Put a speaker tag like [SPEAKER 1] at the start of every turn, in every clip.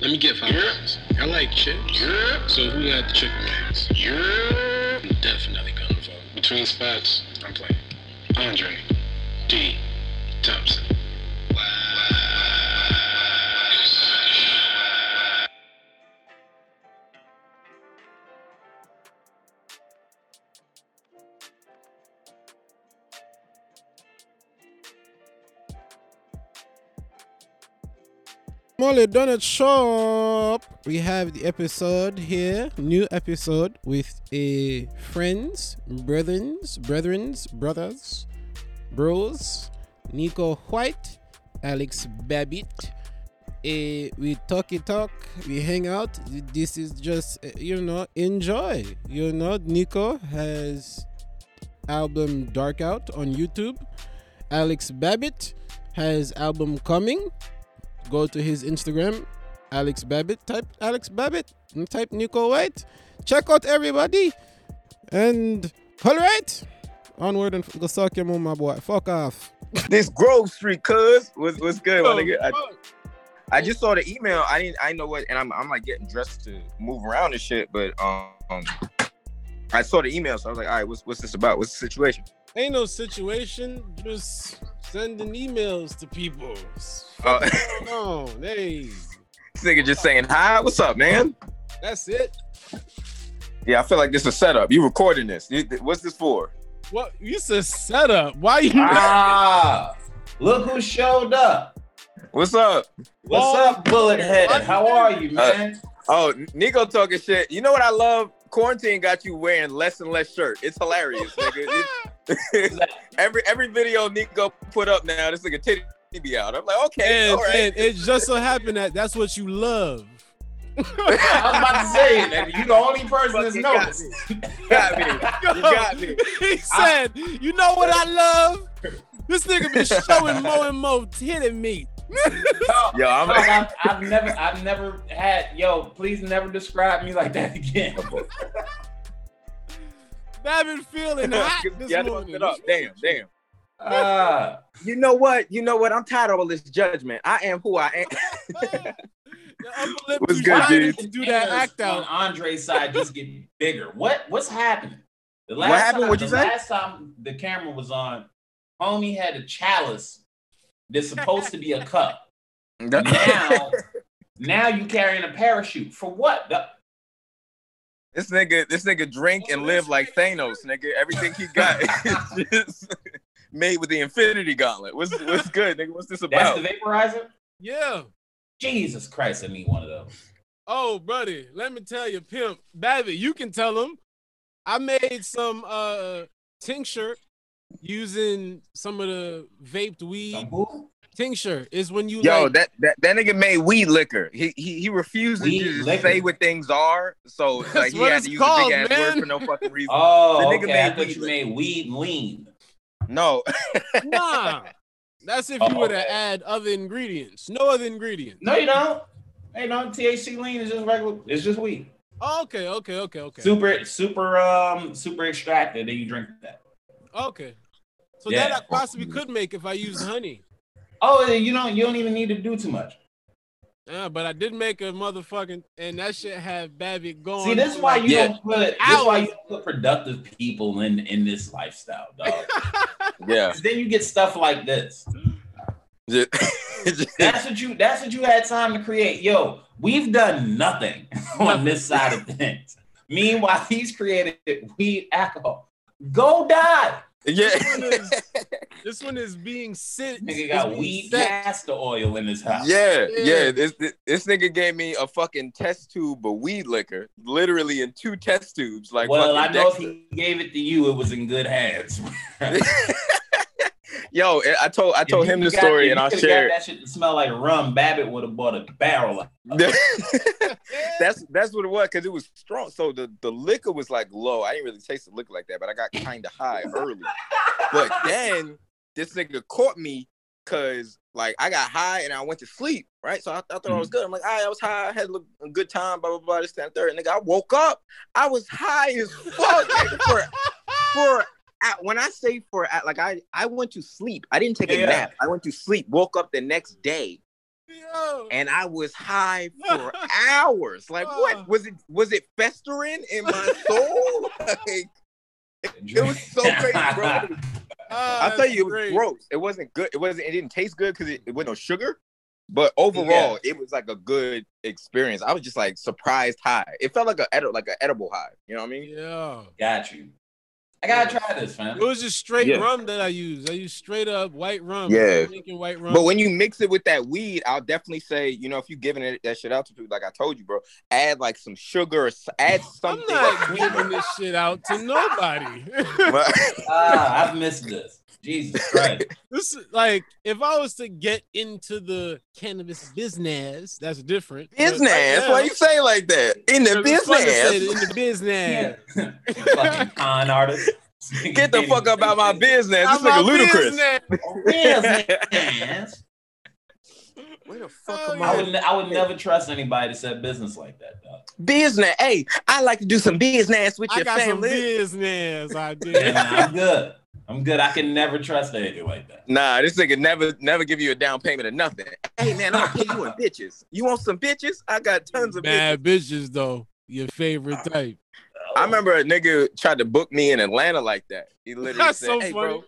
[SPEAKER 1] Let me get five
[SPEAKER 2] Yeah.
[SPEAKER 1] dollars. I like chips.
[SPEAKER 2] Yeah.
[SPEAKER 1] So who got the chicken legs?
[SPEAKER 2] Yeah.
[SPEAKER 1] I'm definitely gonna vote.
[SPEAKER 2] Between spots,
[SPEAKER 1] I'm playing.
[SPEAKER 2] Andre D. Thompson.
[SPEAKER 3] Molly Donut Shop. We have the episode here, new episode with a friends, brethrens, brethrens, brothers, bros, Nico White, Alex Babbitt. Eh, we talky talk, we hang out. This is just eh, you know enjoy. You know Nico has album Dark Out on YouTube. Alex Babbitt has album coming go to his Instagram, Alex Babbitt. Type Alex Babbitt and type Nico White. Check out everybody. And all right, onward and f- go suck your mom, my boy. Fuck off.
[SPEAKER 4] This Grove Street, cuz was was good.
[SPEAKER 3] Oh,
[SPEAKER 4] my nigga. I, I just saw the email. I didn't. I didn't know what, and I'm I'm like getting dressed to move around and shit. But um, I saw the email, so I was like, all right, what's what's this about? What's the situation?
[SPEAKER 3] Ain't no situation. Just sending emails to people.
[SPEAKER 4] Uh,
[SPEAKER 3] No, hey,
[SPEAKER 4] this nigga just saying hi. What's up, man?
[SPEAKER 3] that's it.
[SPEAKER 4] Yeah, I feel like this is a setup. You recording this? You- th- What's this for?
[SPEAKER 3] What? It's a setup. Why you?
[SPEAKER 5] Ah, look who showed up.
[SPEAKER 4] What's up?
[SPEAKER 5] What's
[SPEAKER 3] Oh,
[SPEAKER 5] up, Bullet Head? How are you, man?
[SPEAKER 4] Oh, Nico talking shit. You know what I love? Quarantine got you wearing less and less shirt. It's hilarious, nigga. It's- every every video Nico put up now, this nigga titty be out. I'm like, okay,
[SPEAKER 3] and,
[SPEAKER 4] all right.
[SPEAKER 3] and it just so happened that that's what you love.
[SPEAKER 5] I was about to say, nigga, you the only person that's
[SPEAKER 4] You got
[SPEAKER 5] noticed.
[SPEAKER 4] You got me. You got me.
[SPEAKER 3] he said, "You know what I love? This nigga been showing more and more titty meat.
[SPEAKER 5] No,
[SPEAKER 4] Yo, I'm-
[SPEAKER 5] no, I've, I've never, I've never had. Yo, please never describe me like that again.
[SPEAKER 3] I've been feeling hot this
[SPEAKER 4] Yeah, I fucked
[SPEAKER 3] morning.
[SPEAKER 4] it up. Damn, damn.
[SPEAKER 5] Uh,
[SPEAKER 4] You know what? You know what? I'm tired of all this judgment. I am who I am.
[SPEAKER 3] The upper lip
[SPEAKER 4] What's
[SPEAKER 3] too
[SPEAKER 4] good,
[SPEAKER 3] shiny
[SPEAKER 4] dudes?
[SPEAKER 3] to do that
[SPEAKER 5] fingers
[SPEAKER 3] act
[SPEAKER 5] on
[SPEAKER 3] out.
[SPEAKER 5] Andre's side just get bigger. What what's happening? The last
[SPEAKER 4] happened?
[SPEAKER 5] Time,
[SPEAKER 4] What'd you
[SPEAKER 5] the
[SPEAKER 4] say?
[SPEAKER 5] Last time the camera was on, homie had a chalice that's supposed to be a cup. Now, now you carrying a parachute for what? The,
[SPEAKER 4] this nigga, this nigga drink and live like Thanos, nigga. Everything he got is just made with the Infinity Gauntlet. What's what's good, nigga? What's this
[SPEAKER 5] that's
[SPEAKER 4] about?
[SPEAKER 5] the vaporizer.
[SPEAKER 3] Yeah.
[SPEAKER 5] Jesus Christ, I need one of those.
[SPEAKER 3] Oh, buddy, let me tell you, pimp, Babbitt, you can tell him. I made some uh tincture using some of the vaped
[SPEAKER 5] Some
[SPEAKER 3] weed.
[SPEAKER 5] who?
[SPEAKER 3] Tincture is when you
[SPEAKER 4] Yo,
[SPEAKER 3] like,
[SPEAKER 4] that, that that nigga made weed liquor. He he, he refuses
[SPEAKER 5] Weed
[SPEAKER 4] to just
[SPEAKER 5] liquor.
[SPEAKER 4] say what things are, so
[SPEAKER 3] That's
[SPEAKER 4] like he
[SPEAKER 3] what
[SPEAKER 4] had
[SPEAKER 3] it's
[SPEAKER 4] to use
[SPEAKER 3] called,
[SPEAKER 4] a big ass
[SPEAKER 3] man.
[SPEAKER 4] word for no fucking reason.
[SPEAKER 5] Oh,
[SPEAKER 4] The nigga
[SPEAKER 5] okay.
[SPEAKER 4] made
[SPEAKER 5] I thought
[SPEAKER 4] weed
[SPEAKER 5] you made weed lean.
[SPEAKER 4] No,
[SPEAKER 3] nah. That's if you
[SPEAKER 5] Oh,
[SPEAKER 3] were to
[SPEAKER 5] okay.
[SPEAKER 3] add other ingredients. No other ingredients.
[SPEAKER 5] No, you don't. Hey, no, THC lean is just regular. It's just weed.
[SPEAKER 3] Oh, okay, okay, okay, okay.
[SPEAKER 5] Super, super, um, super extracted. Then you drink that.
[SPEAKER 3] Okay. So
[SPEAKER 5] Yeah.
[SPEAKER 3] that I possibly could make if I used honey.
[SPEAKER 5] Oh, you don't you don't even need to do too much.
[SPEAKER 3] Uh, but I did make a motherfucking, and that shit had Babby
[SPEAKER 4] Oh,
[SPEAKER 3] going.
[SPEAKER 5] See, this is why you
[SPEAKER 4] Yeah.
[SPEAKER 5] don't put this is why you don't put productive people in in this lifestyle, dog.
[SPEAKER 4] yeah,
[SPEAKER 5] then you get stuff like this.
[SPEAKER 4] just,
[SPEAKER 5] That's what you that's what you had time to create. Yo, we've done nothing on this side of things. Meanwhile, he's created weed alcohol. Go die.
[SPEAKER 3] This one
[SPEAKER 4] yeah,
[SPEAKER 3] is, this one is being sent.
[SPEAKER 5] Nigga
[SPEAKER 3] it's
[SPEAKER 5] got
[SPEAKER 3] being
[SPEAKER 5] weed
[SPEAKER 3] sent.
[SPEAKER 5] castor oil in his house.
[SPEAKER 4] yeah,
[SPEAKER 3] Yeah.
[SPEAKER 4] yeah. This, this this nigga gave me a fucking test tube of weed liquor, literally in two test tubes. Like,
[SPEAKER 5] well, I
[SPEAKER 4] fucking
[SPEAKER 5] know
[SPEAKER 4] Dexter.
[SPEAKER 5] if he gave it to you, it was in good hands.
[SPEAKER 4] Yo, I told I told
[SPEAKER 5] If
[SPEAKER 4] him
[SPEAKER 5] you
[SPEAKER 4] the
[SPEAKER 5] got- if
[SPEAKER 4] story, and
[SPEAKER 5] you
[SPEAKER 4] I'll
[SPEAKER 5] coulda got
[SPEAKER 4] share. it.
[SPEAKER 5] That shit to smell like rum. Babbitt would have bought a barrel.
[SPEAKER 4] that's that's what it was because it was strong. So the the liquor was like low. I didn't really taste the liquor like that, but I got kind of high early. But then this nigga caught me because like I got high and I went to sleep, right? So I, I thought I was good. I'm like, all right, I was high, I had a, li- a good time, blah blah blah. This and third, nigga, I woke up, I was high as fuck nigga, for for. I- When I say for like I I went to sleep, I didn't take a
[SPEAKER 5] Yeah.
[SPEAKER 4] nap. I went to sleep, woke up the next day,
[SPEAKER 3] Yo.
[SPEAKER 4] and I was high for hours. Like,
[SPEAKER 3] Ah.
[SPEAKER 4] what was it? Was it festering in my soul? Like, it was so crazy, bro.
[SPEAKER 3] Ah,
[SPEAKER 4] I tell
[SPEAKER 3] that's
[SPEAKER 4] you, it was
[SPEAKER 3] great.
[SPEAKER 4] gross. It wasn't good. It wasn't. It didn't taste good because it, it wasn't no sugar. But overall, it was like a good experience. I was just like surprised high. It felt like a edi- like an edible high. You know what I mean?
[SPEAKER 3] Yeah.
[SPEAKER 5] Got you. I gotta try this, man.
[SPEAKER 3] It was just straight
[SPEAKER 4] Yeah.
[SPEAKER 3] rum that I used. I used straight up white rum.
[SPEAKER 4] Yeah.
[SPEAKER 3] Drinking white rum.
[SPEAKER 4] But when you mix it with that weed, I'll definitely say, you know, if you're giving it, that shit out to people, like I told you, bro, add like some sugar, or s- add
[SPEAKER 3] I'm
[SPEAKER 4] something.
[SPEAKER 3] not giving this shit out to nobody.
[SPEAKER 5] Ah, I've missed this. Jesus Christ.
[SPEAKER 3] this is like if I was to get into the cannabis business, that's different. But
[SPEAKER 4] business.
[SPEAKER 3] right now-
[SPEAKER 4] Why you say it like that? In the
[SPEAKER 3] It's fun to say it
[SPEAKER 4] business.
[SPEAKER 3] in the business.
[SPEAKER 5] Yeah. fucking con artist.
[SPEAKER 4] Get the fuck up out my business. This
[SPEAKER 3] I'm
[SPEAKER 4] nigga
[SPEAKER 3] out
[SPEAKER 4] ludicrous.
[SPEAKER 3] business.
[SPEAKER 5] business.
[SPEAKER 4] Where the
[SPEAKER 3] Hell
[SPEAKER 4] fuck am
[SPEAKER 5] I
[SPEAKER 4] I?
[SPEAKER 5] would, ne- I would never trust anybody that said business like that, dog.
[SPEAKER 4] Business. Hey, I like to do some business with
[SPEAKER 3] I
[SPEAKER 4] your
[SPEAKER 3] got some
[SPEAKER 4] family.
[SPEAKER 3] business. I
[SPEAKER 5] Yeah,
[SPEAKER 3] did.
[SPEAKER 5] man, I'm good. I'm good. I can never trust anything like that.
[SPEAKER 4] Nah, this nigga never never give you a down payment or nothing. Hey man, I'm gonna pay you in bitches. You want some bitches? I got tons of bitches.
[SPEAKER 3] Bad bitches though. Your favorite type.
[SPEAKER 4] I remember a nigga tried to book me in Atlanta like that. He literally
[SPEAKER 3] That's
[SPEAKER 4] said,
[SPEAKER 3] so
[SPEAKER 4] "Hey,
[SPEAKER 3] funny.
[SPEAKER 4] bro,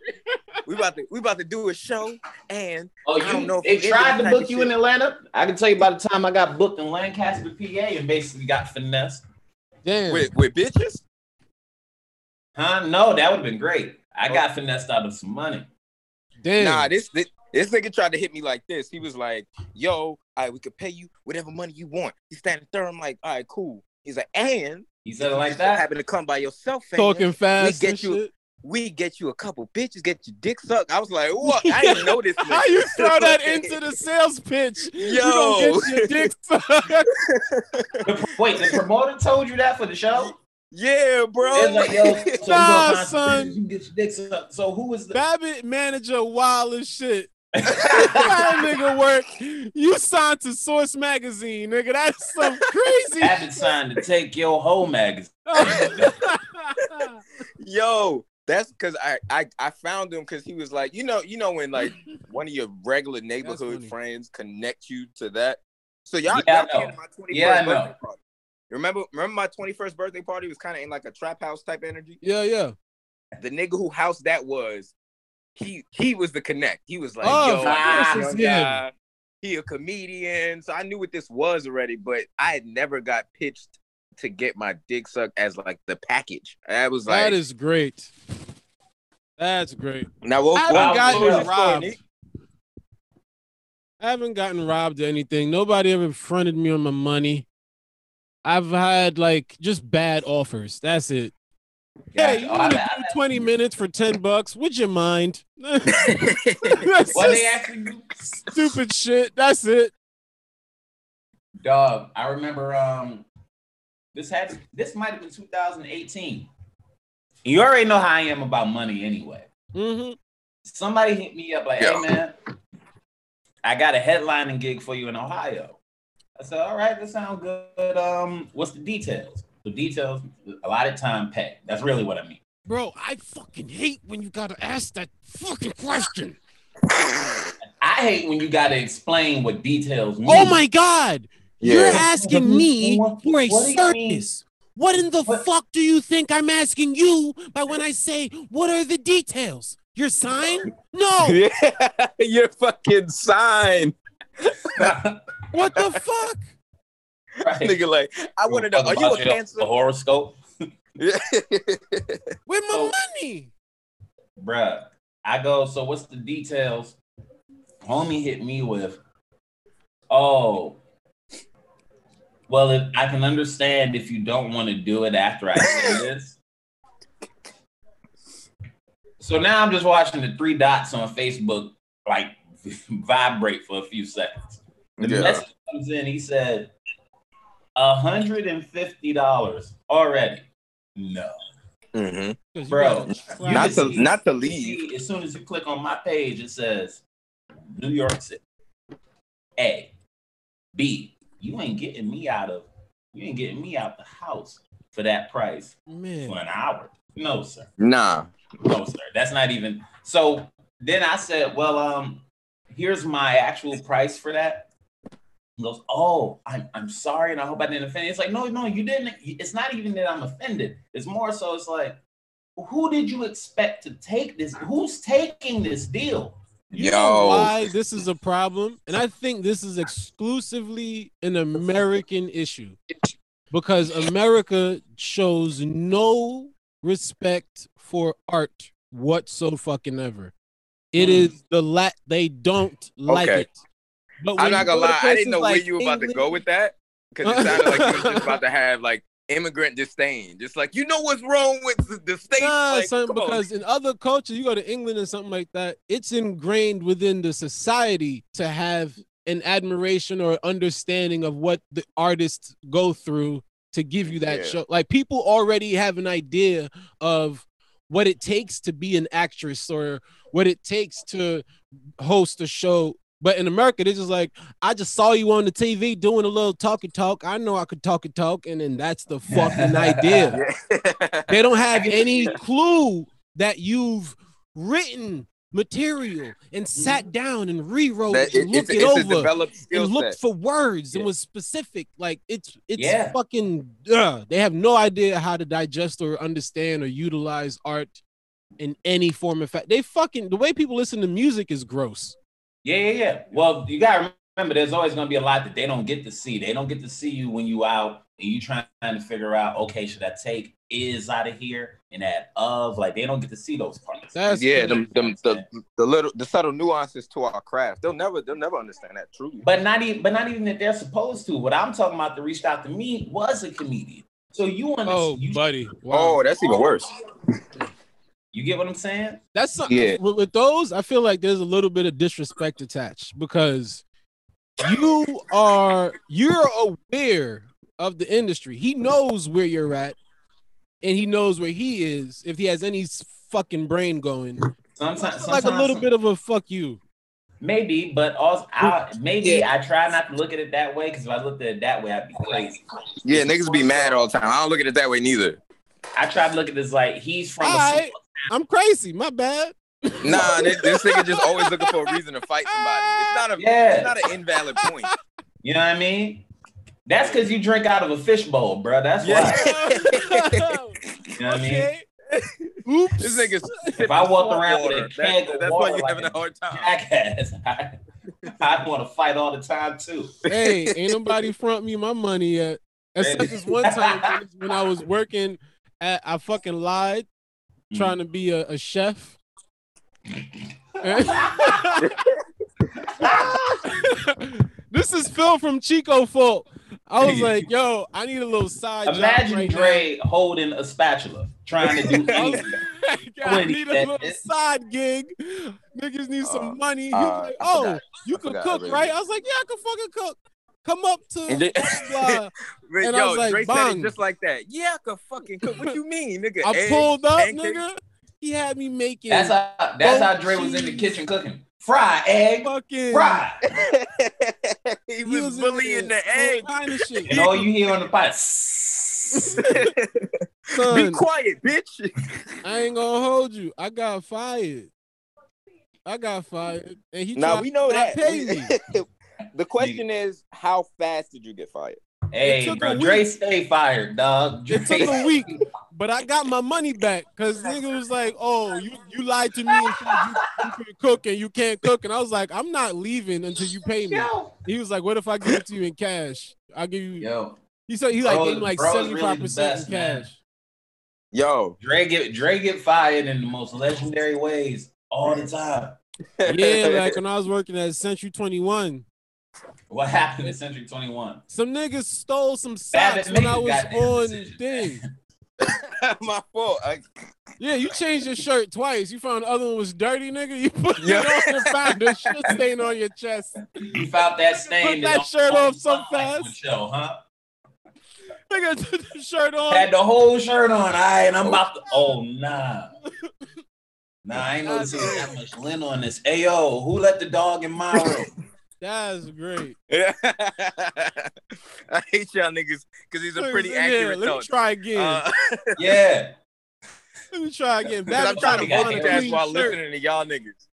[SPEAKER 4] we about to we about to do a show, and
[SPEAKER 5] Oh,
[SPEAKER 4] I don't know
[SPEAKER 5] you,
[SPEAKER 4] if
[SPEAKER 5] they
[SPEAKER 4] it is
[SPEAKER 5] tried
[SPEAKER 4] that
[SPEAKER 5] to
[SPEAKER 4] type
[SPEAKER 5] book
[SPEAKER 4] of
[SPEAKER 5] you
[SPEAKER 4] shit.
[SPEAKER 5] in Atlanta. I can tell you by the time I got booked in Lancaster, PA, and basically got finessed.
[SPEAKER 3] Damn.
[SPEAKER 4] with with bitches."
[SPEAKER 5] Huh? No, that would have been great. I
[SPEAKER 4] Oh.
[SPEAKER 5] got finessed out of some money.
[SPEAKER 3] Damn.
[SPEAKER 4] Nah, this, this this nigga tried to hit me like this. He was like, "Yo, all right, we could pay you whatever money you want." He's standing there. I'm like, "All right, cool." He's like, "And
[SPEAKER 5] He said it
[SPEAKER 4] if
[SPEAKER 5] like
[SPEAKER 4] you so
[SPEAKER 5] that.
[SPEAKER 4] happen to come by yourself, fam,
[SPEAKER 3] Talking fast.
[SPEAKER 4] get
[SPEAKER 3] and
[SPEAKER 4] you-
[SPEAKER 3] shit.
[SPEAKER 4] we get you a couple bitches, get your dick sucked." I was like, "What? I didn't know this."
[SPEAKER 3] How you throw that into the sales pitch? You
[SPEAKER 4] Yo.
[SPEAKER 3] gonna get your dick sucked.
[SPEAKER 5] Wait, the promoter told you that for the show?
[SPEAKER 4] Yeah,
[SPEAKER 5] They was
[SPEAKER 4] bro.
[SPEAKER 5] like, yo, so we gonna
[SPEAKER 3] Nah,
[SPEAKER 5] find some
[SPEAKER 3] son.
[SPEAKER 5] bitches, you can get your dick sucked. So who was the
[SPEAKER 3] Babbitt manager wild as shit. that nigga work. You signed to Source Magazine, nigga. That's some crazy.
[SPEAKER 5] Abbott signed to take your whole magazine?
[SPEAKER 4] Yo, that's because I, I I found him because he was like, you know, you know when like one of your regular neighborhood
[SPEAKER 3] funny.
[SPEAKER 4] friends connect you to that. So y'all,
[SPEAKER 5] Yeah, I
[SPEAKER 4] y'all came
[SPEAKER 5] know.
[SPEAKER 4] to my twenty first
[SPEAKER 5] Yeah, I know.
[SPEAKER 4] birthday party. Remember, remember my twenty first birthday party was kind of in like a trap house type energy.
[SPEAKER 3] yeah, yeah.
[SPEAKER 4] The nigga who house that was, he he was the connect. He was like,
[SPEAKER 3] Oh,
[SPEAKER 4] yo, I
[SPEAKER 5] of
[SPEAKER 4] know
[SPEAKER 3] course
[SPEAKER 4] this
[SPEAKER 3] it's him.
[SPEAKER 4] guy. he a comedian. So I knew what this was already, but I had never got pitched to get my dick sucked as like the package. That was like
[SPEAKER 3] that is great. That's great.
[SPEAKER 4] now what,
[SPEAKER 3] I haven't
[SPEAKER 4] what-
[SPEAKER 3] gotten
[SPEAKER 4] Oh, what was the story,
[SPEAKER 3] robbed.
[SPEAKER 4] Nick?
[SPEAKER 3] I haven't gotten robbed or anything. Nobody ever fronted me on my money. I've had like just bad offers. That's it. Yeah, you
[SPEAKER 5] Oh, I-
[SPEAKER 3] want to
[SPEAKER 5] I-
[SPEAKER 3] do 20 minutes for 10 bucks? Would you mind? That's
[SPEAKER 5] What
[SPEAKER 3] just
[SPEAKER 5] they actually do?
[SPEAKER 3] stupid shit. That's it.
[SPEAKER 5] Dog, I remember um this had this might have been 2018. You already know how I am about money anyway.
[SPEAKER 3] hmm
[SPEAKER 5] Somebody hit me up like, hey man, I got a headlining gig for you in Ohio. I said, all right, that sounds good. Um, what's the details? The details, a lot of time pay. That's really what I mean.
[SPEAKER 3] Bro, I fucking hate when you gotta ask that fucking question.
[SPEAKER 5] I hate when you gotta explain what details mean.
[SPEAKER 3] Oh my god! You're
[SPEAKER 4] Yeah.
[SPEAKER 3] asking me for a
[SPEAKER 5] What do you mean?
[SPEAKER 3] service. What in the
[SPEAKER 5] What-
[SPEAKER 3] fuck do you think I'm asking you by when I say, what are the details? Your sign? No!
[SPEAKER 4] Yeah, your fucking sign,
[SPEAKER 3] What the fuck?
[SPEAKER 5] Right.
[SPEAKER 4] nigga. Like, I want to know, are you a
[SPEAKER 5] About your-
[SPEAKER 4] cancer?
[SPEAKER 5] A horoscope?
[SPEAKER 3] Where my
[SPEAKER 5] So-
[SPEAKER 3] money?
[SPEAKER 5] bruh. I go, so what's the details? Homie hit me with, oh, well, if, I can understand if you don't want to do it after I say this. So now I'm just watching the three dots on Facebook like vibrate for a few seconds. The
[SPEAKER 4] Yeah.
[SPEAKER 5] message comes in. He said, $150 already. No.
[SPEAKER 4] Mhm.
[SPEAKER 5] Bro,
[SPEAKER 3] Wow.
[SPEAKER 4] Not to
[SPEAKER 5] see-
[SPEAKER 4] not to
[SPEAKER 5] you
[SPEAKER 4] leave.
[SPEAKER 5] see, as soon as you click on my page, it says New York City. A. B. You ain't getting me out of you ain't getting me out the house for that price for
[SPEAKER 3] Man.
[SPEAKER 5] an hour. No, sir.
[SPEAKER 4] Nah.
[SPEAKER 5] No, sir. That's not even so then I said, Well, um, here's my actual price for that. He goes, "Oh, I'm I'm sorry, and I hope I didn't offend." you." It's like, no, no, you didn't. It's not even that I'm offended. It's more so it's like, who did you expect to take this? Who's taking this deal?
[SPEAKER 3] You know
[SPEAKER 4] Yo.
[SPEAKER 3] why this is a problem? And I think this is exclusively an American issue because America shows no respect for art whatsoever. fucking ever. It is the lat they don't like
[SPEAKER 4] Hmm. Okay.
[SPEAKER 3] it. But
[SPEAKER 4] I'm
[SPEAKER 3] when
[SPEAKER 4] not gonna
[SPEAKER 3] you go to
[SPEAKER 4] lie, I didn't
[SPEAKER 3] places
[SPEAKER 4] know
[SPEAKER 3] like
[SPEAKER 4] where you were about to
[SPEAKER 3] England-
[SPEAKER 4] go with that because it sounded like you were just about to have like immigrant disdain, just like you know what's wrong with the, the state.
[SPEAKER 3] Nah,
[SPEAKER 4] like,
[SPEAKER 3] son,
[SPEAKER 4] come on.
[SPEAKER 3] because in other cultures, you go to England or something like that, it's ingrained within the society to have an admiration or understanding of what the artists go through to give you that
[SPEAKER 4] Yeah.
[SPEAKER 3] show. Like people already have an idea of what it takes to be an actress or what it takes to host a show. But in America, they're just like, I just saw you on the TV doing a little talky talk. I know I could talk and talk, and then that's the fucking idea. They don't have any clue that you've written material and sat down and rewrote
[SPEAKER 4] Mm-hmm. That-
[SPEAKER 3] and
[SPEAKER 4] it- it's a,
[SPEAKER 3] looked it,
[SPEAKER 4] it's a
[SPEAKER 3] over
[SPEAKER 4] developed skill
[SPEAKER 3] and looked
[SPEAKER 4] set.
[SPEAKER 3] for words and
[SPEAKER 4] Yeah.
[SPEAKER 3] was specific. Like it's it's
[SPEAKER 5] Yeah.
[SPEAKER 3] fucking. Ugh. They have no idea how to digest or understand or utilize art in any form of fact. They fucking the way people listen to music is gross.
[SPEAKER 5] Yeah, yeah, yeah. Well, you gotta remember, there's always gonna be a lot that they don't get to see. They don't get to see you when you out and you trying to figure out, okay, should I take is out of here and add of? Like they don't get to see those parts.
[SPEAKER 3] That's
[SPEAKER 4] yeah, them, them, the, the little, the subtle nuances to our craft. They'll never, they'll never understand that truly.
[SPEAKER 5] But not even, but not even that they're supposed to. What I'm talking about that reached out to me was a comedian. So you understand?
[SPEAKER 3] Oh,
[SPEAKER 5] you,
[SPEAKER 3] buddy! Wow,
[SPEAKER 4] oh, that's even worse.
[SPEAKER 5] you get what I'm saying?
[SPEAKER 3] that's something.
[SPEAKER 4] yeah.
[SPEAKER 3] With, with those, I feel like there's a little bit of disrespect attached because you are you're aware of the industry. He knows where you're at, and he knows where he is. If he has any s- fucking brain going,
[SPEAKER 5] Sometimes,
[SPEAKER 3] it's like a little bit of a fuck you.
[SPEAKER 5] Maybe, but also I, maybe I try not to look at it that way because if I looked at it that way, I'd be crazy.
[SPEAKER 4] Yeah, niggas be mad all the time. I don't look at it that way neither.
[SPEAKER 5] I try to look at this like he's from. a-
[SPEAKER 3] Alright. I'm crazy. My bad.
[SPEAKER 4] Nah, this, this nigga just always looking for a reason to fight somebody. It's not a,
[SPEAKER 5] Yeah.
[SPEAKER 4] it's not an invalid point.
[SPEAKER 5] You know what I mean? That's because you drink out of a fishbowl, bro. That's
[SPEAKER 4] Yeah.
[SPEAKER 5] why. You know what I mean?
[SPEAKER 3] okay. Oops.
[SPEAKER 4] This nigga's
[SPEAKER 5] If I walked
[SPEAKER 4] salt
[SPEAKER 5] around
[SPEAKER 4] water.
[SPEAKER 5] with a keg
[SPEAKER 4] That-
[SPEAKER 5] of
[SPEAKER 4] that's
[SPEAKER 5] water
[SPEAKER 4] why you're
[SPEAKER 5] like
[SPEAKER 4] having a hard time.
[SPEAKER 5] jackass, I, I'd want to fight all the time too.
[SPEAKER 3] hey, ain't nobody front me my money yet. Except this one time when I was working at, I fucking lied, trying to be a, a chef. this is Phil from Chico Fault. I was like, yo, I need a little side job
[SPEAKER 5] Imagine
[SPEAKER 3] right now.
[SPEAKER 5] Dre holding a spatula, trying to do
[SPEAKER 3] I was
[SPEAKER 5] anything.
[SPEAKER 3] like, I need a little side gig. Niggas need
[SPEAKER 4] Uh,
[SPEAKER 3] some money. He
[SPEAKER 4] uh,
[SPEAKER 3] was like,
[SPEAKER 4] I
[SPEAKER 3] oh,
[SPEAKER 4] forgot.
[SPEAKER 3] you
[SPEAKER 4] I
[SPEAKER 3] can
[SPEAKER 4] forgot
[SPEAKER 3] cook,
[SPEAKER 4] already.
[SPEAKER 3] right? I was like, yeah, I can fucking cook. Come up
[SPEAKER 4] And
[SPEAKER 3] to
[SPEAKER 4] then-
[SPEAKER 3] blah.
[SPEAKER 4] Man,
[SPEAKER 3] And I
[SPEAKER 4] yo,
[SPEAKER 3] was like,
[SPEAKER 4] Dre said
[SPEAKER 3] "Bang."
[SPEAKER 4] it just like that. Yeah, I could fucking cook. What you mean, nigga?
[SPEAKER 3] I
[SPEAKER 4] Egg,
[SPEAKER 3] pulled up,
[SPEAKER 4] pancakes.
[SPEAKER 3] nigga. He had me making
[SPEAKER 5] That's how. That's how Dre was in the kitchen cooking. Fry egg,
[SPEAKER 3] fucking
[SPEAKER 5] fry,
[SPEAKER 4] he
[SPEAKER 3] He
[SPEAKER 4] was,
[SPEAKER 3] in
[SPEAKER 4] bullying
[SPEAKER 3] there,
[SPEAKER 4] the egg.
[SPEAKER 3] all kind of shit.
[SPEAKER 5] and all you hear on the pot.
[SPEAKER 4] Be
[SPEAKER 3] Son,
[SPEAKER 4] quiet, bitch.
[SPEAKER 3] I ain't gonna hold you. I got fired. I got fired, and he
[SPEAKER 4] Nah,
[SPEAKER 3] tried
[SPEAKER 4] we know
[SPEAKER 3] to
[SPEAKER 4] that.
[SPEAKER 3] not pay me.
[SPEAKER 4] the question is, how fast did you get fired?
[SPEAKER 5] Hey,
[SPEAKER 3] took a
[SPEAKER 5] bro,
[SPEAKER 3] week.
[SPEAKER 5] Dre stay fired, dog. Dre,
[SPEAKER 3] It took a week, but I got my money back because nigga was like, "Oh, you you lied to me and said you, you can cook and you can't cook," and I was like, "I'm not leaving until you pay me."
[SPEAKER 5] Yo,
[SPEAKER 3] He was like, "What if I give it to you in cash? I'll give you."
[SPEAKER 5] yo,
[SPEAKER 3] He said he like
[SPEAKER 5] Bro,
[SPEAKER 3] gave me like
[SPEAKER 5] bro is
[SPEAKER 3] seventy
[SPEAKER 5] really the
[SPEAKER 3] five percent
[SPEAKER 5] best,
[SPEAKER 3] in
[SPEAKER 5] man.
[SPEAKER 3] cash.
[SPEAKER 4] Yo,
[SPEAKER 5] Dre get Dre get fired in the most legendary ways all the time.
[SPEAKER 3] Yeah, like when I was working at Century 21,
[SPEAKER 5] What happened in Century Twenty One?
[SPEAKER 3] some niggas stole some
[SPEAKER 5] Babbitt
[SPEAKER 3] socks when
[SPEAKER 5] made
[SPEAKER 3] I
[SPEAKER 5] the
[SPEAKER 3] was
[SPEAKER 5] goddamn
[SPEAKER 3] on
[SPEAKER 5] decision.
[SPEAKER 3] thing.
[SPEAKER 4] my fault. I,
[SPEAKER 3] Yeah, you changed your shirt twice. You found the other one was dirty, nigga. You put
[SPEAKER 4] Yeah.
[SPEAKER 3] it on and found the shit stain on your chest.
[SPEAKER 5] You found that stain.
[SPEAKER 3] Put that
[SPEAKER 5] and-
[SPEAKER 3] shirt off so
[SPEAKER 5] Like
[SPEAKER 3] fast.
[SPEAKER 5] Michelle, huh?
[SPEAKER 3] Nigga took the shirt off.
[SPEAKER 5] Had the whole shirt on. All right, I'm about to. Oh nah. Nah, I ain't noticing that much lint on this. Hey yo, who let the dog in my room?
[SPEAKER 3] That's great.
[SPEAKER 4] I hate y'all niggas because he's a
[SPEAKER 3] Niggas
[SPEAKER 4] pretty
[SPEAKER 3] in here,
[SPEAKER 4] accurate
[SPEAKER 3] Let me
[SPEAKER 4] thought.
[SPEAKER 3] try again.
[SPEAKER 4] Uh,
[SPEAKER 5] Yeah.
[SPEAKER 3] let me try again.
[SPEAKER 4] 'cause
[SPEAKER 3] Babbitt
[SPEAKER 4] I'm trying
[SPEAKER 5] We
[SPEAKER 4] to
[SPEAKER 5] got
[SPEAKER 3] find a
[SPEAKER 4] multitask
[SPEAKER 3] clean
[SPEAKER 4] while
[SPEAKER 3] shirt.
[SPEAKER 4] listening to y'all niggas.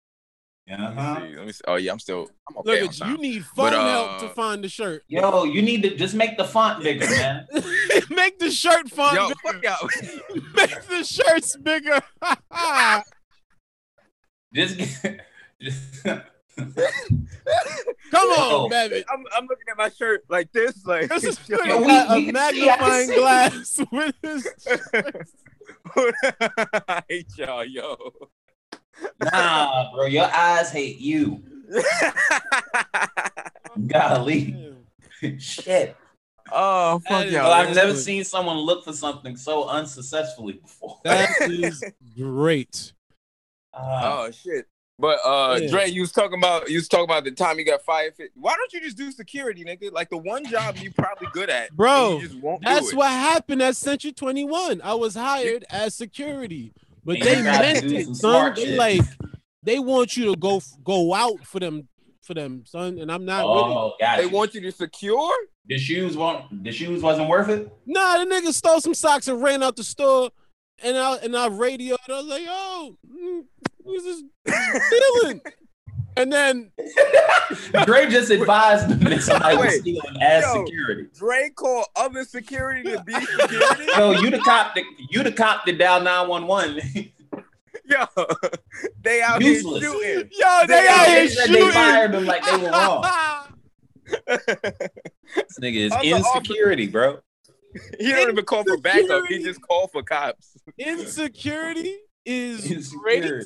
[SPEAKER 5] Uh-huh.
[SPEAKER 4] Let me see. Let me see. Oh yeah, I'm still. I'm
[SPEAKER 3] Look
[SPEAKER 4] okay on
[SPEAKER 3] at you, you
[SPEAKER 4] time.
[SPEAKER 3] need phone
[SPEAKER 4] But,
[SPEAKER 3] help to
[SPEAKER 4] uh,
[SPEAKER 3] find the shirt.
[SPEAKER 5] Yo, you need to just make the font bigger, man.
[SPEAKER 3] Make the shirt font
[SPEAKER 4] Yo,
[SPEAKER 3] bigger.
[SPEAKER 4] fuck out.
[SPEAKER 3] Make the shirts bigger.
[SPEAKER 5] Just get. Just,
[SPEAKER 3] Come
[SPEAKER 5] Yo.
[SPEAKER 3] on, baby.
[SPEAKER 4] I'm, I'm looking at my shirt like this, like
[SPEAKER 3] This is
[SPEAKER 4] yo,
[SPEAKER 3] pretty.
[SPEAKER 5] we-
[SPEAKER 3] Got
[SPEAKER 5] we
[SPEAKER 3] a
[SPEAKER 5] can see, I can
[SPEAKER 3] magnifying glass
[SPEAKER 5] see.
[SPEAKER 3] with this.
[SPEAKER 4] I hate y'all, yo.
[SPEAKER 5] nah, bro, your eyes hate you. Golly, shit.
[SPEAKER 4] oh
[SPEAKER 3] That
[SPEAKER 4] fuck
[SPEAKER 3] is-
[SPEAKER 4] y'all.
[SPEAKER 5] Well, I've never
[SPEAKER 3] good.
[SPEAKER 5] seen someone look for something so unsuccessfully before.
[SPEAKER 3] That is great.
[SPEAKER 5] Uh,
[SPEAKER 4] oh shit. But uh,
[SPEAKER 3] Yeah.
[SPEAKER 4] Dre, you was talking about you was talking about the time you got fired. Why don't you just do security, nigga? Like the one job you probably good at, and
[SPEAKER 3] Bro,
[SPEAKER 4] You just won't
[SPEAKER 3] That's
[SPEAKER 4] do it.
[SPEAKER 3] what happened at Century 21. I was hired as security, but
[SPEAKER 5] And
[SPEAKER 3] they
[SPEAKER 5] you gotta
[SPEAKER 3] meant
[SPEAKER 5] do
[SPEAKER 3] it,
[SPEAKER 5] some
[SPEAKER 3] son.
[SPEAKER 5] smart
[SPEAKER 3] They
[SPEAKER 5] shit.
[SPEAKER 3] like they want you to go go out for them for them, son. And I'm not with it.
[SPEAKER 5] oh, gotcha.
[SPEAKER 4] They want you to secure.
[SPEAKER 5] the shoes won't. The shoes wasn't worth it.
[SPEAKER 3] Nah, the nigga stole some socks and ran out the store, and I and I radioed. I was like, "Yo, mm, who's this stealing?" and then
[SPEAKER 5] Dre just advised them that somebody was
[SPEAKER 4] Wait.
[SPEAKER 5] stealing as
[SPEAKER 4] Yo.
[SPEAKER 5] security.
[SPEAKER 4] Dre called other security to be security.
[SPEAKER 5] Yo, you the cop that you the cop that dial nine one one.
[SPEAKER 4] Yo, they out
[SPEAKER 5] Useless.
[SPEAKER 4] here shooting.
[SPEAKER 3] yo, they out here
[SPEAKER 5] said they
[SPEAKER 3] shooting.
[SPEAKER 5] fired them like they were wrong. This nigga is
[SPEAKER 4] Other
[SPEAKER 5] insecurity, bro.
[SPEAKER 4] He didn't even call for backup. He just called for cops.
[SPEAKER 3] Insecurity is
[SPEAKER 5] Insecurity.
[SPEAKER 3] great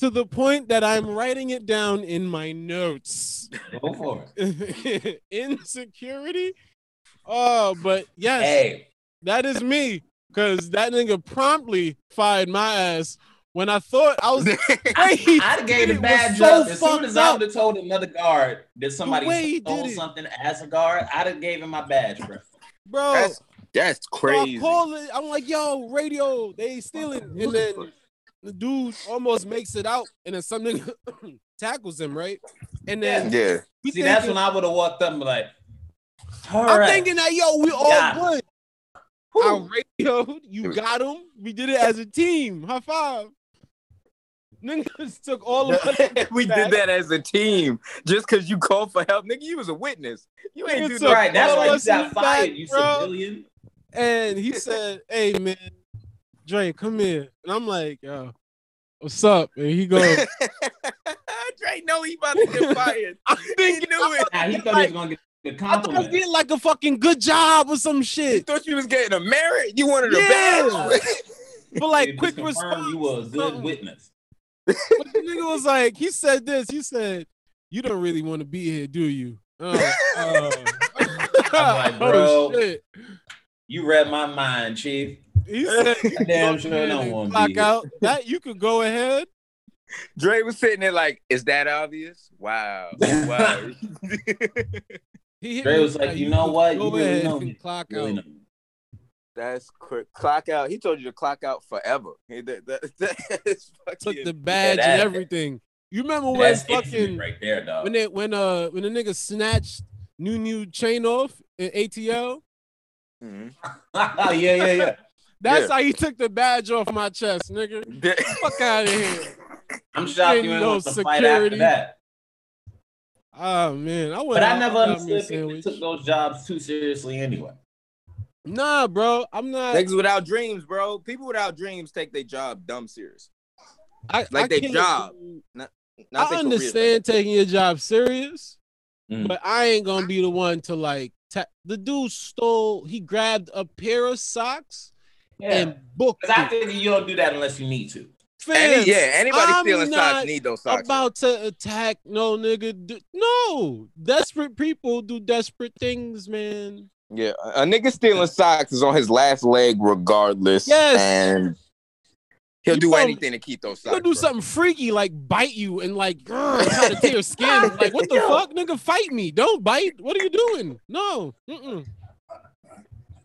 [SPEAKER 3] to the point that I'm writing it down in my notes.
[SPEAKER 5] Go for it.
[SPEAKER 3] insecurity. Oh, but yes,
[SPEAKER 5] Hey,
[SPEAKER 3] that is me. Cause that nigga promptly fired my ass when I thought I was Wait,
[SPEAKER 5] I gave
[SPEAKER 3] it
[SPEAKER 5] a
[SPEAKER 3] was
[SPEAKER 5] bad
[SPEAKER 3] so
[SPEAKER 5] job. As soon
[SPEAKER 3] fucked
[SPEAKER 5] as I
[SPEAKER 3] up.
[SPEAKER 5] would have told another guard
[SPEAKER 3] way
[SPEAKER 5] that
[SPEAKER 3] he
[SPEAKER 5] somebody
[SPEAKER 3] did
[SPEAKER 5] stole
[SPEAKER 3] it.
[SPEAKER 5] something as a guard, I'd have gave him my badge, bro.
[SPEAKER 3] bro.
[SPEAKER 4] That's that's
[SPEAKER 3] so
[SPEAKER 4] crazy.
[SPEAKER 3] I call it. I'm like, yo, radio, they stealing. And then the dude almost makes it out, and then some nigga tackles him, right? And then
[SPEAKER 4] Yeah.
[SPEAKER 3] we
[SPEAKER 5] See, that's
[SPEAKER 3] thinking-
[SPEAKER 5] when I would have walked up and be like, all
[SPEAKER 3] I'm
[SPEAKER 5] right.
[SPEAKER 3] thinking that yo, we all
[SPEAKER 5] Yeah.
[SPEAKER 3] good. I radioed. You got him. We did it as a team. High five. Niggas took all of us.
[SPEAKER 4] we did that as a team. Just because you called for help, nigga, you was a witness. You ain't do
[SPEAKER 3] It's
[SPEAKER 4] nothing.
[SPEAKER 3] a-
[SPEAKER 5] right, that's
[SPEAKER 3] all
[SPEAKER 5] why you
[SPEAKER 3] us in
[SPEAKER 5] got
[SPEAKER 3] the back,
[SPEAKER 5] fired, you
[SPEAKER 3] bro.
[SPEAKER 5] civilian.
[SPEAKER 3] And he said, "Hey man, Dre, come here." And I'm like, "Yo, what's up?" And he goes,
[SPEAKER 4] Dre know he about to get fired.
[SPEAKER 3] "I'm
[SPEAKER 4] He
[SPEAKER 3] thinking
[SPEAKER 4] knew it.
[SPEAKER 5] Now, he thought he was going to get a
[SPEAKER 3] I thought I was
[SPEAKER 5] compliment.
[SPEAKER 3] getting like a fucking good job or some
[SPEAKER 4] You
[SPEAKER 3] shit
[SPEAKER 4] thought you was getting a merit. You wanted a
[SPEAKER 3] Yeah.
[SPEAKER 4] badge.
[SPEAKER 3] for
[SPEAKER 5] It
[SPEAKER 3] like
[SPEAKER 5] just
[SPEAKER 3] quick
[SPEAKER 5] confirmed
[SPEAKER 3] response."
[SPEAKER 5] You were a
[SPEAKER 3] or
[SPEAKER 5] good
[SPEAKER 3] something.
[SPEAKER 5] witness.
[SPEAKER 3] But the nigga was like, he said this. He said, "You don't really want to be here, do you?" Oh, oh.
[SPEAKER 5] I'm like,
[SPEAKER 3] Oh,
[SPEAKER 5] bro.
[SPEAKER 3] shit.
[SPEAKER 5] You read my mind, Chief.
[SPEAKER 3] He said, "You
[SPEAKER 5] I damn
[SPEAKER 3] go
[SPEAKER 5] sure
[SPEAKER 3] ahead
[SPEAKER 5] don't
[SPEAKER 3] and
[SPEAKER 5] wanna be
[SPEAKER 3] clock
[SPEAKER 5] here."
[SPEAKER 3] out. That you could go ahead."
[SPEAKER 4] Dre was sitting there like, is that obvious? Wow. Wow.
[SPEAKER 3] He hit
[SPEAKER 5] Dre
[SPEAKER 3] me
[SPEAKER 5] was like, "You know
[SPEAKER 3] could
[SPEAKER 5] what?
[SPEAKER 3] Go
[SPEAKER 5] You really
[SPEAKER 3] ahead
[SPEAKER 5] know
[SPEAKER 3] and
[SPEAKER 5] me.
[SPEAKER 3] Clock
[SPEAKER 5] Really
[SPEAKER 3] out.
[SPEAKER 5] not.
[SPEAKER 4] That's quick. Clock out. He told you to clock out forever. He- That, that- that is
[SPEAKER 3] Took
[SPEAKER 4] fucking-
[SPEAKER 3] the badge
[SPEAKER 5] that-
[SPEAKER 3] and everything. You remember when
[SPEAKER 5] That's
[SPEAKER 3] fucking
[SPEAKER 5] fucking right there, dog.
[SPEAKER 3] when it when uh when the nigga snatched new new chain off in ATL?
[SPEAKER 4] Mhm.
[SPEAKER 5] yeah, yeah, yeah.
[SPEAKER 3] That's
[SPEAKER 4] Yeah.
[SPEAKER 3] how he took the badge off my chest, nigga.
[SPEAKER 4] mm-hmm.
[SPEAKER 3] Fuck out of here.
[SPEAKER 5] I'm shocked you
[SPEAKER 3] Ain't
[SPEAKER 5] ain't
[SPEAKER 3] no
[SPEAKER 5] want to fight after
[SPEAKER 3] security.
[SPEAKER 5] that.
[SPEAKER 3] Oh man, I went.
[SPEAKER 5] But I
[SPEAKER 3] out,
[SPEAKER 5] never
[SPEAKER 3] got me a
[SPEAKER 5] understood people that
[SPEAKER 3] sandwich.
[SPEAKER 5] took those jobs too seriously anyway.
[SPEAKER 3] Nah, bro, I'm not.
[SPEAKER 4] Niggas without dreams, bro. People without dreams take their job dumb serious.
[SPEAKER 3] I,
[SPEAKER 4] like
[SPEAKER 3] I
[SPEAKER 4] they
[SPEAKER 3] can't
[SPEAKER 4] job,
[SPEAKER 3] do-
[SPEAKER 4] Not
[SPEAKER 3] I
[SPEAKER 4] their career.
[SPEAKER 3] understand taking your job serious,
[SPEAKER 5] Mm.
[SPEAKER 3] but I ain't gonna be the one to like. Ta- the dude stole. He grabbed a pair of socks
[SPEAKER 5] Yeah.
[SPEAKER 3] and booked
[SPEAKER 5] Because I
[SPEAKER 3] it.
[SPEAKER 5] figure you don't do that unless you need to.
[SPEAKER 3] Fam,
[SPEAKER 4] Any, yeah, anybody
[SPEAKER 3] I'm
[SPEAKER 4] stealing
[SPEAKER 3] not
[SPEAKER 4] socks need those socks.
[SPEAKER 3] about to attack no nigga. Do- no, desperate people do desperate things, man.
[SPEAKER 4] yeah, a a nigga stealing socks is on his last leg regardless.
[SPEAKER 3] Yes.
[SPEAKER 4] And he'll
[SPEAKER 3] You
[SPEAKER 4] do
[SPEAKER 3] probably-
[SPEAKER 4] anything to keep those socks.
[SPEAKER 3] He'll
[SPEAKER 4] bro.
[SPEAKER 3] do something freaky like bite you and like grr, try to tear your skin. Like what the
[SPEAKER 5] Yo.
[SPEAKER 3] fuck, nigga? Fight me! Don't bite. What are you doing? No. Mm-mm.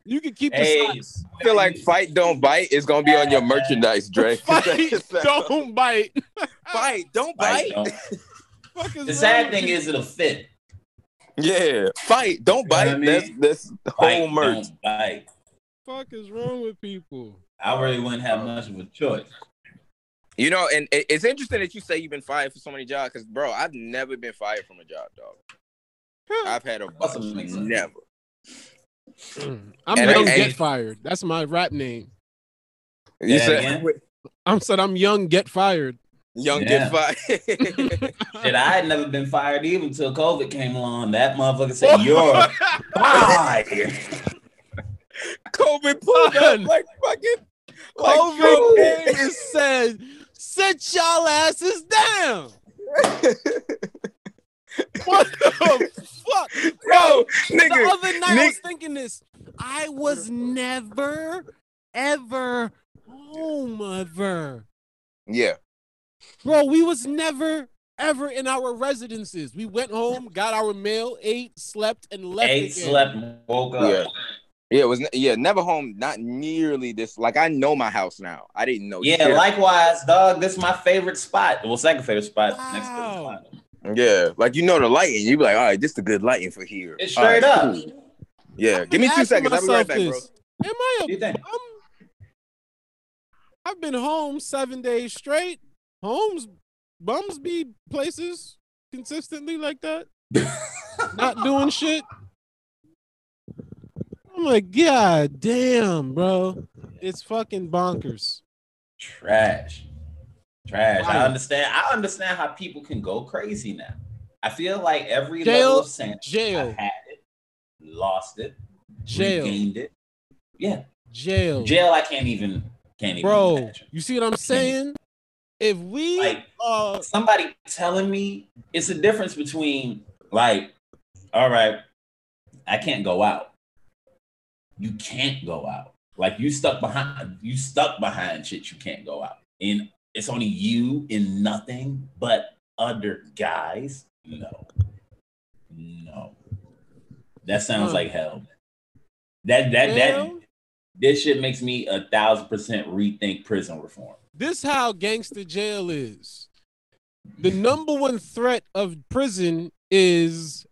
[SPEAKER 3] You can keep the
[SPEAKER 5] Hey,
[SPEAKER 3] socks.
[SPEAKER 4] I feel like fight don't bite is gonna be on your merchandise, Dre.
[SPEAKER 3] Fight, don't bite.
[SPEAKER 4] fight, don't bite.
[SPEAKER 5] Like, don't-
[SPEAKER 3] Fuck is
[SPEAKER 5] The
[SPEAKER 3] wrong
[SPEAKER 5] sad
[SPEAKER 3] with
[SPEAKER 5] thing
[SPEAKER 3] you?
[SPEAKER 5] is it'll fit.
[SPEAKER 4] Yeah, fight, don't
[SPEAKER 5] You know
[SPEAKER 4] bite.
[SPEAKER 5] what I mean?
[SPEAKER 4] That's that's the whole
[SPEAKER 5] Bite,
[SPEAKER 4] merch.
[SPEAKER 5] don't bite.
[SPEAKER 3] fuck is wrong with people.
[SPEAKER 5] I really wouldn't have much of a choice.
[SPEAKER 4] You know, and it- it's interesting that you say you've been fired for so many jobs, because bro, I've never been fired from a job, dog. I've had a bunch,
[SPEAKER 5] doesn't make sense.
[SPEAKER 4] never.
[SPEAKER 3] I'm
[SPEAKER 4] And-
[SPEAKER 3] young
[SPEAKER 4] and-
[SPEAKER 3] get fired. That's my rap name.
[SPEAKER 4] You
[SPEAKER 5] Yeah,
[SPEAKER 4] said
[SPEAKER 5] again?
[SPEAKER 3] I'm said I'm young get fired.
[SPEAKER 4] young
[SPEAKER 5] Yeah.
[SPEAKER 4] get fired.
[SPEAKER 5] Shit, I had never been fired even until COVID came along. That motherfucker said, You're fired.
[SPEAKER 4] COVID pulled up
[SPEAKER 3] Son.
[SPEAKER 4] like fucking like
[SPEAKER 3] COVID
[SPEAKER 4] COVID.
[SPEAKER 3] came and said, "Sit y'all asses down." what the fuck?
[SPEAKER 4] Yo,
[SPEAKER 3] The
[SPEAKER 4] nigga,
[SPEAKER 3] other night I
[SPEAKER 4] Nick-
[SPEAKER 3] was thinking this. I was never, ever home ever.
[SPEAKER 4] Yeah.
[SPEAKER 3] Bro, we was never ever in our residences. We went home, got our mail, ate, slept, and left.
[SPEAKER 5] Eight
[SPEAKER 3] again.
[SPEAKER 5] slept, woke up.
[SPEAKER 4] Yeah. Yeah, it was ne- yeah, never home, not nearly this. Like I know my house now. I didn't know.
[SPEAKER 5] Yeah,
[SPEAKER 4] oh, shit.
[SPEAKER 5] likewise, dog. This is my favorite spot. Well, second favorite spot next to the
[SPEAKER 3] Wow.
[SPEAKER 5] spot.
[SPEAKER 4] yeah, like you know the lighting. You be like, all right, this is the good lighting for here.
[SPEAKER 5] It's
[SPEAKER 4] All right,
[SPEAKER 5] straight up.
[SPEAKER 4] cool. Yeah, give me two
[SPEAKER 3] Asking
[SPEAKER 4] seconds. I'll be right
[SPEAKER 3] myself
[SPEAKER 4] back, bro.
[SPEAKER 3] this, Am I a
[SPEAKER 5] What do you think?
[SPEAKER 3] I'm, I've been home seven days straight. Homes, bums be places consistently like that. Not doing shit. I'm like, God damn, bro. It's fucking bonkers.
[SPEAKER 5] Trash. Trash. I
[SPEAKER 3] Right.
[SPEAKER 5] understand. I understand how people can go crazy now. I feel like every
[SPEAKER 3] Jail,
[SPEAKER 5] level of sanity
[SPEAKER 3] Jail,
[SPEAKER 5] I've had it, lost it,
[SPEAKER 3] jail,
[SPEAKER 5] regained it. Yeah.
[SPEAKER 3] jail.
[SPEAKER 5] Jail, I can't even can't even
[SPEAKER 3] Bro,
[SPEAKER 5] imagine.
[SPEAKER 3] you see what I'm saying? If we
[SPEAKER 5] Like
[SPEAKER 3] uh
[SPEAKER 5] somebody telling me it's a difference between like, all right, I can't go out. You can't go out. Like you stuck behind you stuck behind shit you can't go out. And it's only you and nothing but other guys. No. No. That sounds
[SPEAKER 3] Huh.
[SPEAKER 5] like hell. That that that
[SPEAKER 3] Hell?
[SPEAKER 5] this shit makes me a thousand percent rethink prison reform.
[SPEAKER 3] this how gangster jail is. The number one threat of prison is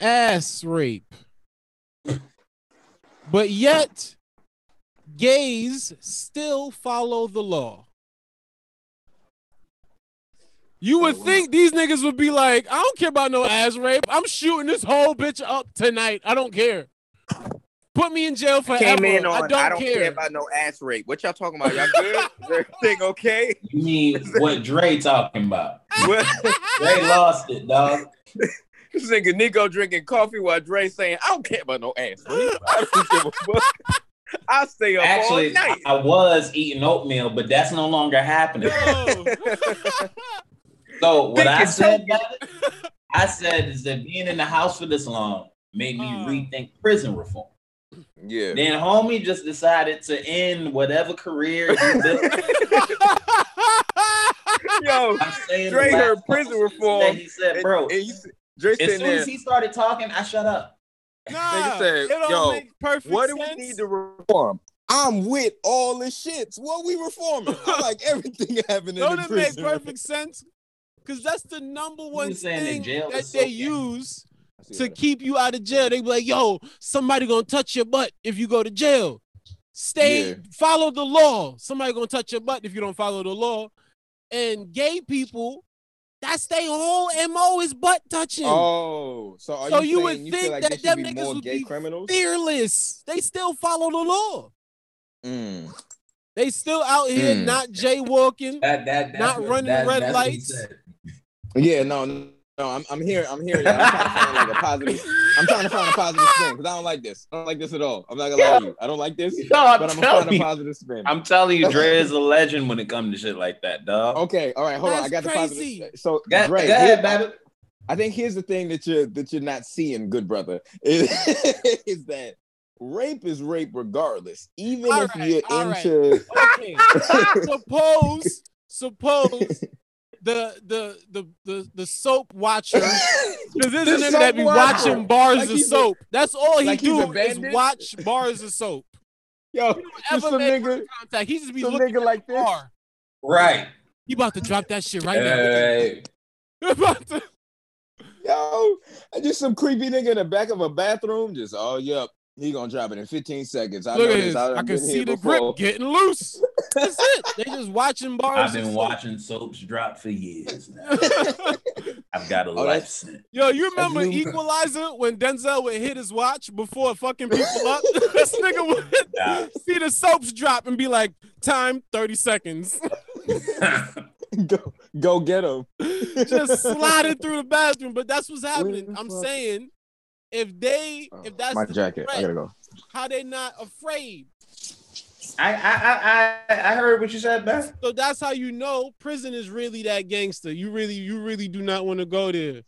[SPEAKER 3] ass rape. But yet, gays still follow the law. You would think these niggas would be like, I don't care about no ass rape. I'm shooting this whole bitch up tonight. I don't care. Put me in jail forever.
[SPEAKER 4] Came in on.
[SPEAKER 3] I don't,
[SPEAKER 4] care. about no ass rape. What y'all talking about? Y'all good? Is everything okay?
[SPEAKER 5] You mean what Dre talking about?
[SPEAKER 4] Well,
[SPEAKER 5] Dre lost it, dog.
[SPEAKER 4] this nigga Nico drinking coffee while Dre saying, "I don't care about no ass rape. I don't give a fuck. I stay up all
[SPEAKER 5] Actually, I
[SPEAKER 4] night."
[SPEAKER 5] I was eating oatmeal, but that's no longer happening. So what I
[SPEAKER 4] Thinking
[SPEAKER 5] said, about it, I said is that being in the house for this long made me
[SPEAKER 4] Mm.
[SPEAKER 3] Oh.
[SPEAKER 5] rethink prison reform.
[SPEAKER 4] Yeah.
[SPEAKER 5] Then homie just decided to end whatever career he built.
[SPEAKER 4] Yo,
[SPEAKER 5] I'm saying
[SPEAKER 4] Dre
[SPEAKER 5] the last
[SPEAKER 4] heard
[SPEAKER 5] couple
[SPEAKER 4] prison
[SPEAKER 5] sentences
[SPEAKER 4] reform
[SPEAKER 5] that He said,
[SPEAKER 4] and-
[SPEAKER 5] "Bro,
[SPEAKER 4] and he s- Dre
[SPEAKER 5] as
[SPEAKER 4] sitting
[SPEAKER 5] soon
[SPEAKER 4] there.
[SPEAKER 5] as he started talking, I shut up."
[SPEAKER 3] Nah,
[SPEAKER 4] said,
[SPEAKER 3] it don't
[SPEAKER 4] "Yo,
[SPEAKER 3] make perfect
[SPEAKER 4] What do we
[SPEAKER 3] sense.
[SPEAKER 4] need to reform? I'm with all the shits. What we reforming? I like everything happening
[SPEAKER 3] Don't
[SPEAKER 4] in
[SPEAKER 3] it make
[SPEAKER 4] prison.
[SPEAKER 3] perfect sense? Because that's the number one
[SPEAKER 5] was saying that
[SPEAKER 3] thing
[SPEAKER 5] jail
[SPEAKER 3] that,
[SPEAKER 5] is so
[SPEAKER 3] they
[SPEAKER 5] bad.
[SPEAKER 3] use to keep you out of jail. They be like, "Yo, somebody gonna touch your butt if you go to jail. Stay,
[SPEAKER 4] Yeah.
[SPEAKER 3] follow the law. Somebody gonna touch your butt if you don't follow the law." And gay people, that's their whole mo is butt touching.
[SPEAKER 4] Oh, so are
[SPEAKER 3] So
[SPEAKER 4] you,
[SPEAKER 3] you would
[SPEAKER 4] saying you feel
[SPEAKER 3] think
[SPEAKER 4] like
[SPEAKER 3] that
[SPEAKER 4] there should
[SPEAKER 3] them
[SPEAKER 4] be
[SPEAKER 3] niggas
[SPEAKER 4] more
[SPEAKER 3] would
[SPEAKER 4] gay
[SPEAKER 3] be
[SPEAKER 4] criminals?
[SPEAKER 3] Fearless, they still follow the law.
[SPEAKER 4] Mm.
[SPEAKER 3] They still out here
[SPEAKER 4] Mm.
[SPEAKER 3] not jaywalking.
[SPEAKER 5] That that that's
[SPEAKER 3] Not
[SPEAKER 5] what-
[SPEAKER 3] running
[SPEAKER 5] that-
[SPEAKER 3] red
[SPEAKER 5] that's what he
[SPEAKER 3] lights.
[SPEAKER 5] said.
[SPEAKER 4] Yeah, no, no, no, I'm, I'm here. I'm here. I'm trying to find like a positive. I'm trying to find a positive spin because I don't like this. I don't like this at all. I'm not gonna lie to you. I don't like this,
[SPEAKER 5] No, I'm,
[SPEAKER 4] but I'm gonna
[SPEAKER 5] telling
[SPEAKER 4] find a
[SPEAKER 5] you,
[SPEAKER 4] positive spin.
[SPEAKER 5] I'm telling you, Dre is a legend when it comes to shit like that, dog.
[SPEAKER 4] okay, all right, hold on. I got
[SPEAKER 3] That's
[SPEAKER 4] the
[SPEAKER 3] crazy.
[SPEAKER 4] positive. So,
[SPEAKER 5] Go,
[SPEAKER 4] Dre,
[SPEAKER 5] go
[SPEAKER 4] here-
[SPEAKER 5] ahead, baby.
[SPEAKER 4] I think here's the thing that you're that you're not seeing, good brother, is, is that rape is rape regardless. Even
[SPEAKER 3] All
[SPEAKER 4] if
[SPEAKER 3] right,
[SPEAKER 4] you're
[SPEAKER 3] all right.
[SPEAKER 4] into
[SPEAKER 3] Okay. suppose suppose the the the the, the soap watcher because there's
[SPEAKER 4] The
[SPEAKER 3] a nigga that be
[SPEAKER 4] soap watcher.
[SPEAKER 3] watching bars
[SPEAKER 4] Like
[SPEAKER 3] of
[SPEAKER 4] he's a-
[SPEAKER 3] soap. That's all he
[SPEAKER 4] like he's a
[SPEAKER 3] do is
[SPEAKER 4] bandit?
[SPEAKER 3] watch bars of soap.
[SPEAKER 4] yo,
[SPEAKER 3] Ever
[SPEAKER 4] just some
[SPEAKER 3] make
[SPEAKER 4] nigga,
[SPEAKER 3] contact? He just be
[SPEAKER 4] some
[SPEAKER 3] looking
[SPEAKER 4] nigga like
[SPEAKER 3] at
[SPEAKER 4] this.
[SPEAKER 3] bar.
[SPEAKER 5] Right.
[SPEAKER 3] He about to drop that shit right
[SPEAKER 5] Hey.
[SPEAKER 3] now. About to-
[SPEAKER 4] Yo, and just some creepy nigga in the back of a bathroom, just oh yep. He gonna drop it in 15 seconds. I
[SPEAKER 3] Look
[SPEAKER 4] know
[SPEAKER 3] at
[SPEAKER 4] this.
[SPEAKER 3] this.
[SPEAKER 4] I've
[SPEAKER 3] I can
[SPEAKER 4] been
[SPEAKER 3] see
[SPEAKER 4] here
[SPEAKER 3] the
[SPEAKER 4] before.
[SPEAKER 3] grip getting loose. That's it. They just watching bars.
[SPEAKER 5] Uh, I've been
[SPEAKER 3] and
[SPEAKER 5] watching soaps drop for years now.
[SPEAKER 3] stuff.
[SPEAKER 5] I've got a
[SPEAKER 4] Oh,
[SPEAKER 5] life
[SPEAKER 4] that's-
[SPEAKER 5] sentence.
[SPEAKER 3] Yo, you remember
[SPEAKER 4] That's-
[SPEAKER 3] Equalizer when Denzel would hit his watch before fucking people up? this nigga would
[SPEAKER 5] Nah.
[SPEAKER 3] see the soaps drop and be like, time 30 seconds.
[SPEAKER 4] go, go get him.
[SPEAKER 3] Just slided through the bathroom. But that's what's happening.
[SPEAKER 4] the
[SPEAKER 3] I'm
[SPEAKER 4] fuck-
[SPEAKER 3] saying if they if that's
[SPEAKER 4] my
[SPEAKER 3] the
[SPEAKER 4] jacket. I
[SPEAKER 3] threat,
[SPEAKER 4] gotta go.
[SPEAKER 3] how they not afraid.
[SPEAKER 5] I, I I I I heard what you said, Beth.
[SPEAKER 3] So that's how you know prison is really that gangster. You really, you really do not want to go there.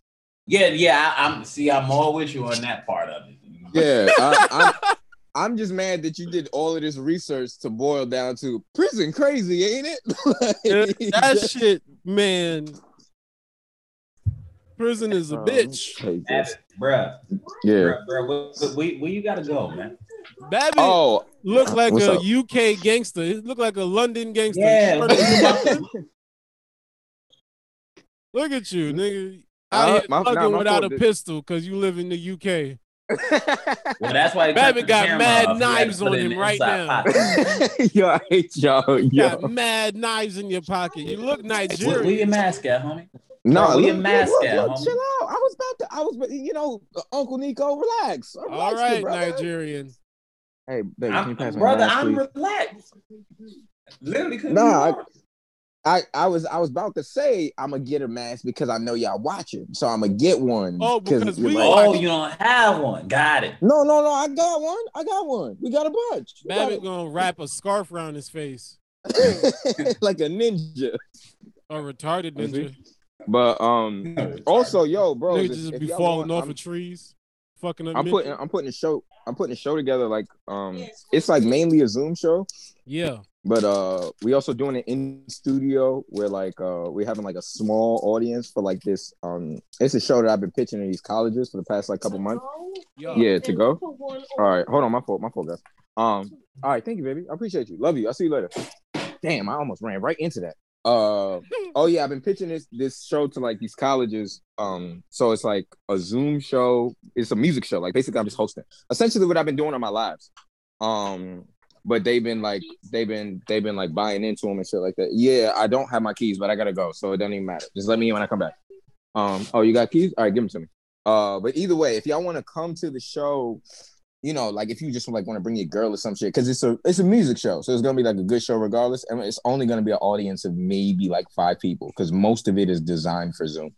[SPEAKER 5] Yeah, yeah. I, I'm see. I'm all with you on that part of it.
[SPEAKER 4] Yeah, I, I'm, I'm just mad that you did all of this research to boil down to prison crazy, ain't it? Like,
[SPEAKER 3] that shit, man. Prison is a
[SPEAKER 4] um,
[SPEAKER 3] bitch.
[SPEAKER 4] take this.
[SPEAKER 5] Abbott, bruh,
[SPEAKER 4] Yeah.
[SPEAKER 5] bruh, bruh, where, where, where you gotta go, man?
[SPEAKER 3] Babbitt
[SPEAKER 4] Oh,
[SPEAKER 3] look like
[SPEAKER 4] what's
[SPEAKER 3] a
[SPEAKER 4] up?
[SPEAKER 3] UK gangster. He look like a London gangster.
[SPEAKER 5] Yeah,
[SPEAKER 3] look at you, nigga.
[SPEAKER 4] I-
[SPEAKER 3] Out here
[SPEAKER 4] my- nah,
[SPEAKER 3] fucking
[SPEAKER 4] my
[SPEAKER 3] without a
[SPEAKER 4] fault, dude.
[SPEAKER 3] pistol because you live in the UK.
[SPEAKER 5] well, that's why he cut
[SPEAKER 3] Babbitt
[SPEAKER 5] the
[SPEAKER 3] got
[SPEAKER 5] camera
[SPEAKER 3] mad
[SPEAKER 5] off. He had to
[SPEAKER 3] knives
[SPEAKER 5] put
[SPEAKER 3] on
[SPEAKER 5] it in
[SPEAKER 3] him
[SPEAKER 5] the
[SPEAKER 3] right
[SPEAKER 5] inside
[SPEAKER 3] now.
[SPEAKER 5] pocket.
[SPEAKER 4] yo, I hate y'all.
[SPEAKER 3] You
[SPEAKER 4] Yo,
[SPEAKER 3] got mad knives in your pocket. You look
[SPEAKER 5] We,
[SPEAKER 3] Nigerian.
[SPEAKER 5] we in mask at, homie.
[SPEAKER 4] no,
[SPEAKER 5] we
[SPEAKER 4] look,
[SPEAKER 5] in
[SPEAKER 4] look,
[SPEAKER 5] mask
[SPEAKER 4] look,
[SPEAKER 5] at,
[SPEAKER 4] look,
[SPEAKER 5] homie.
[SPEAKER 4] chill out. I was about to, I was, you know, uh, Uncle Nico, relax. Relax,
[SPEAKER 3] All
[SPEAKER 4] good
[SPEAKER 3] right,
[SPEAKER 4] brother.
[SPEAKER 3] Nigerian.
[SPEAKER 4] Hey, baby, can
[SPEAKER 5] I'm,
[SPEAKER 4] you pass me
[SPEAKER 5] brother,
[SPEAKER 4] my
[SPEAKER 5] I'm
[SPEAKER 4] please?
[SPEAKER 5] relaxed. Literally, couldn't
[SPEAKER 4] Nah,
[SPEAKER 5] be more.
[SPEAKER 4] I, I was I was about to say I'm gonna get a mask because I know y'all watching, so I'm gonna get one.
[SPEAKER 3] Oh, because
[SPEAKER 4] you're
[SPEAKER 3] we-
[SPEAKER 4] like-
[SPEAKER 5] oh, you don't have one. Got it.
[SPEAKER 4] no, no, no! I got one. I got one. We got a bunch. We got
[SPEAKER 3] Babbitt gonna wrap a scarf around his face.
[SPEAKER 4] it. like a ninja.
[SPEAKER 3] A retarded
[SPEAKER 4] Is he?
[SPEAKER 3] ninja.
[SPEAKER 4] But um, also, yo, bro,
[SPEAKER 3] Niggas
[SPEAKER 4] if-
[SPEAKER 3] just
[SPEAKER 4] if
[SPEAKER 3] be
[SPEAKER 4] y'all
[SPEAKER 3] falling
[SPEAKER 4] want,
[SPEAKER 3] off
[SPEAKER 4] I'm-
[SPEAKER 3] of trees. Fucking up.
[SPEAKER 4] I'm
[SPEAKER 3] mid-
[SPEAKER 4] putting I'm putting a show I'm putting a show together like um it's like mainly a Zoom show,
[SPEAKER 3] yeah.
[SPEAKER 4] but uh we also doing it in studio where like uh we're having like a small audience for like this um it's a show that I've been pitching to these colleges for the past like couple months.
[SPEAKER 3] Yo.
[SPEAKER 4] Yeah, to go. All right, hold on, my fault, my fault, guys. Um, all right, thank you, baby. I appreciate you. Love you. I'll see you later. Damn, I almost ran right into that. Uh oh yeah, I've been pitching this this show to like these colleges. Um, so it's like a Zoom show. It's a music show. Like basically, I'm just hosting. Essentially, what I've been doing on my lives. Um, but they've been like they've been they've been like buying into them and shit like that. Yeah, I don't have my keys, but I gotta go, so it doesn't even matter. Just let me in when I come back. Um, oh, you got keys? All right, give them to me. Uh, but either way, if y'all want to come to the show, you know, like if you just like want to bring your girl or some shit, because it's a it's a music show, so it's gonna be like a good show regardless, and it's only gonna be an audience of maybe like five people, because most of it is designed for Zoom.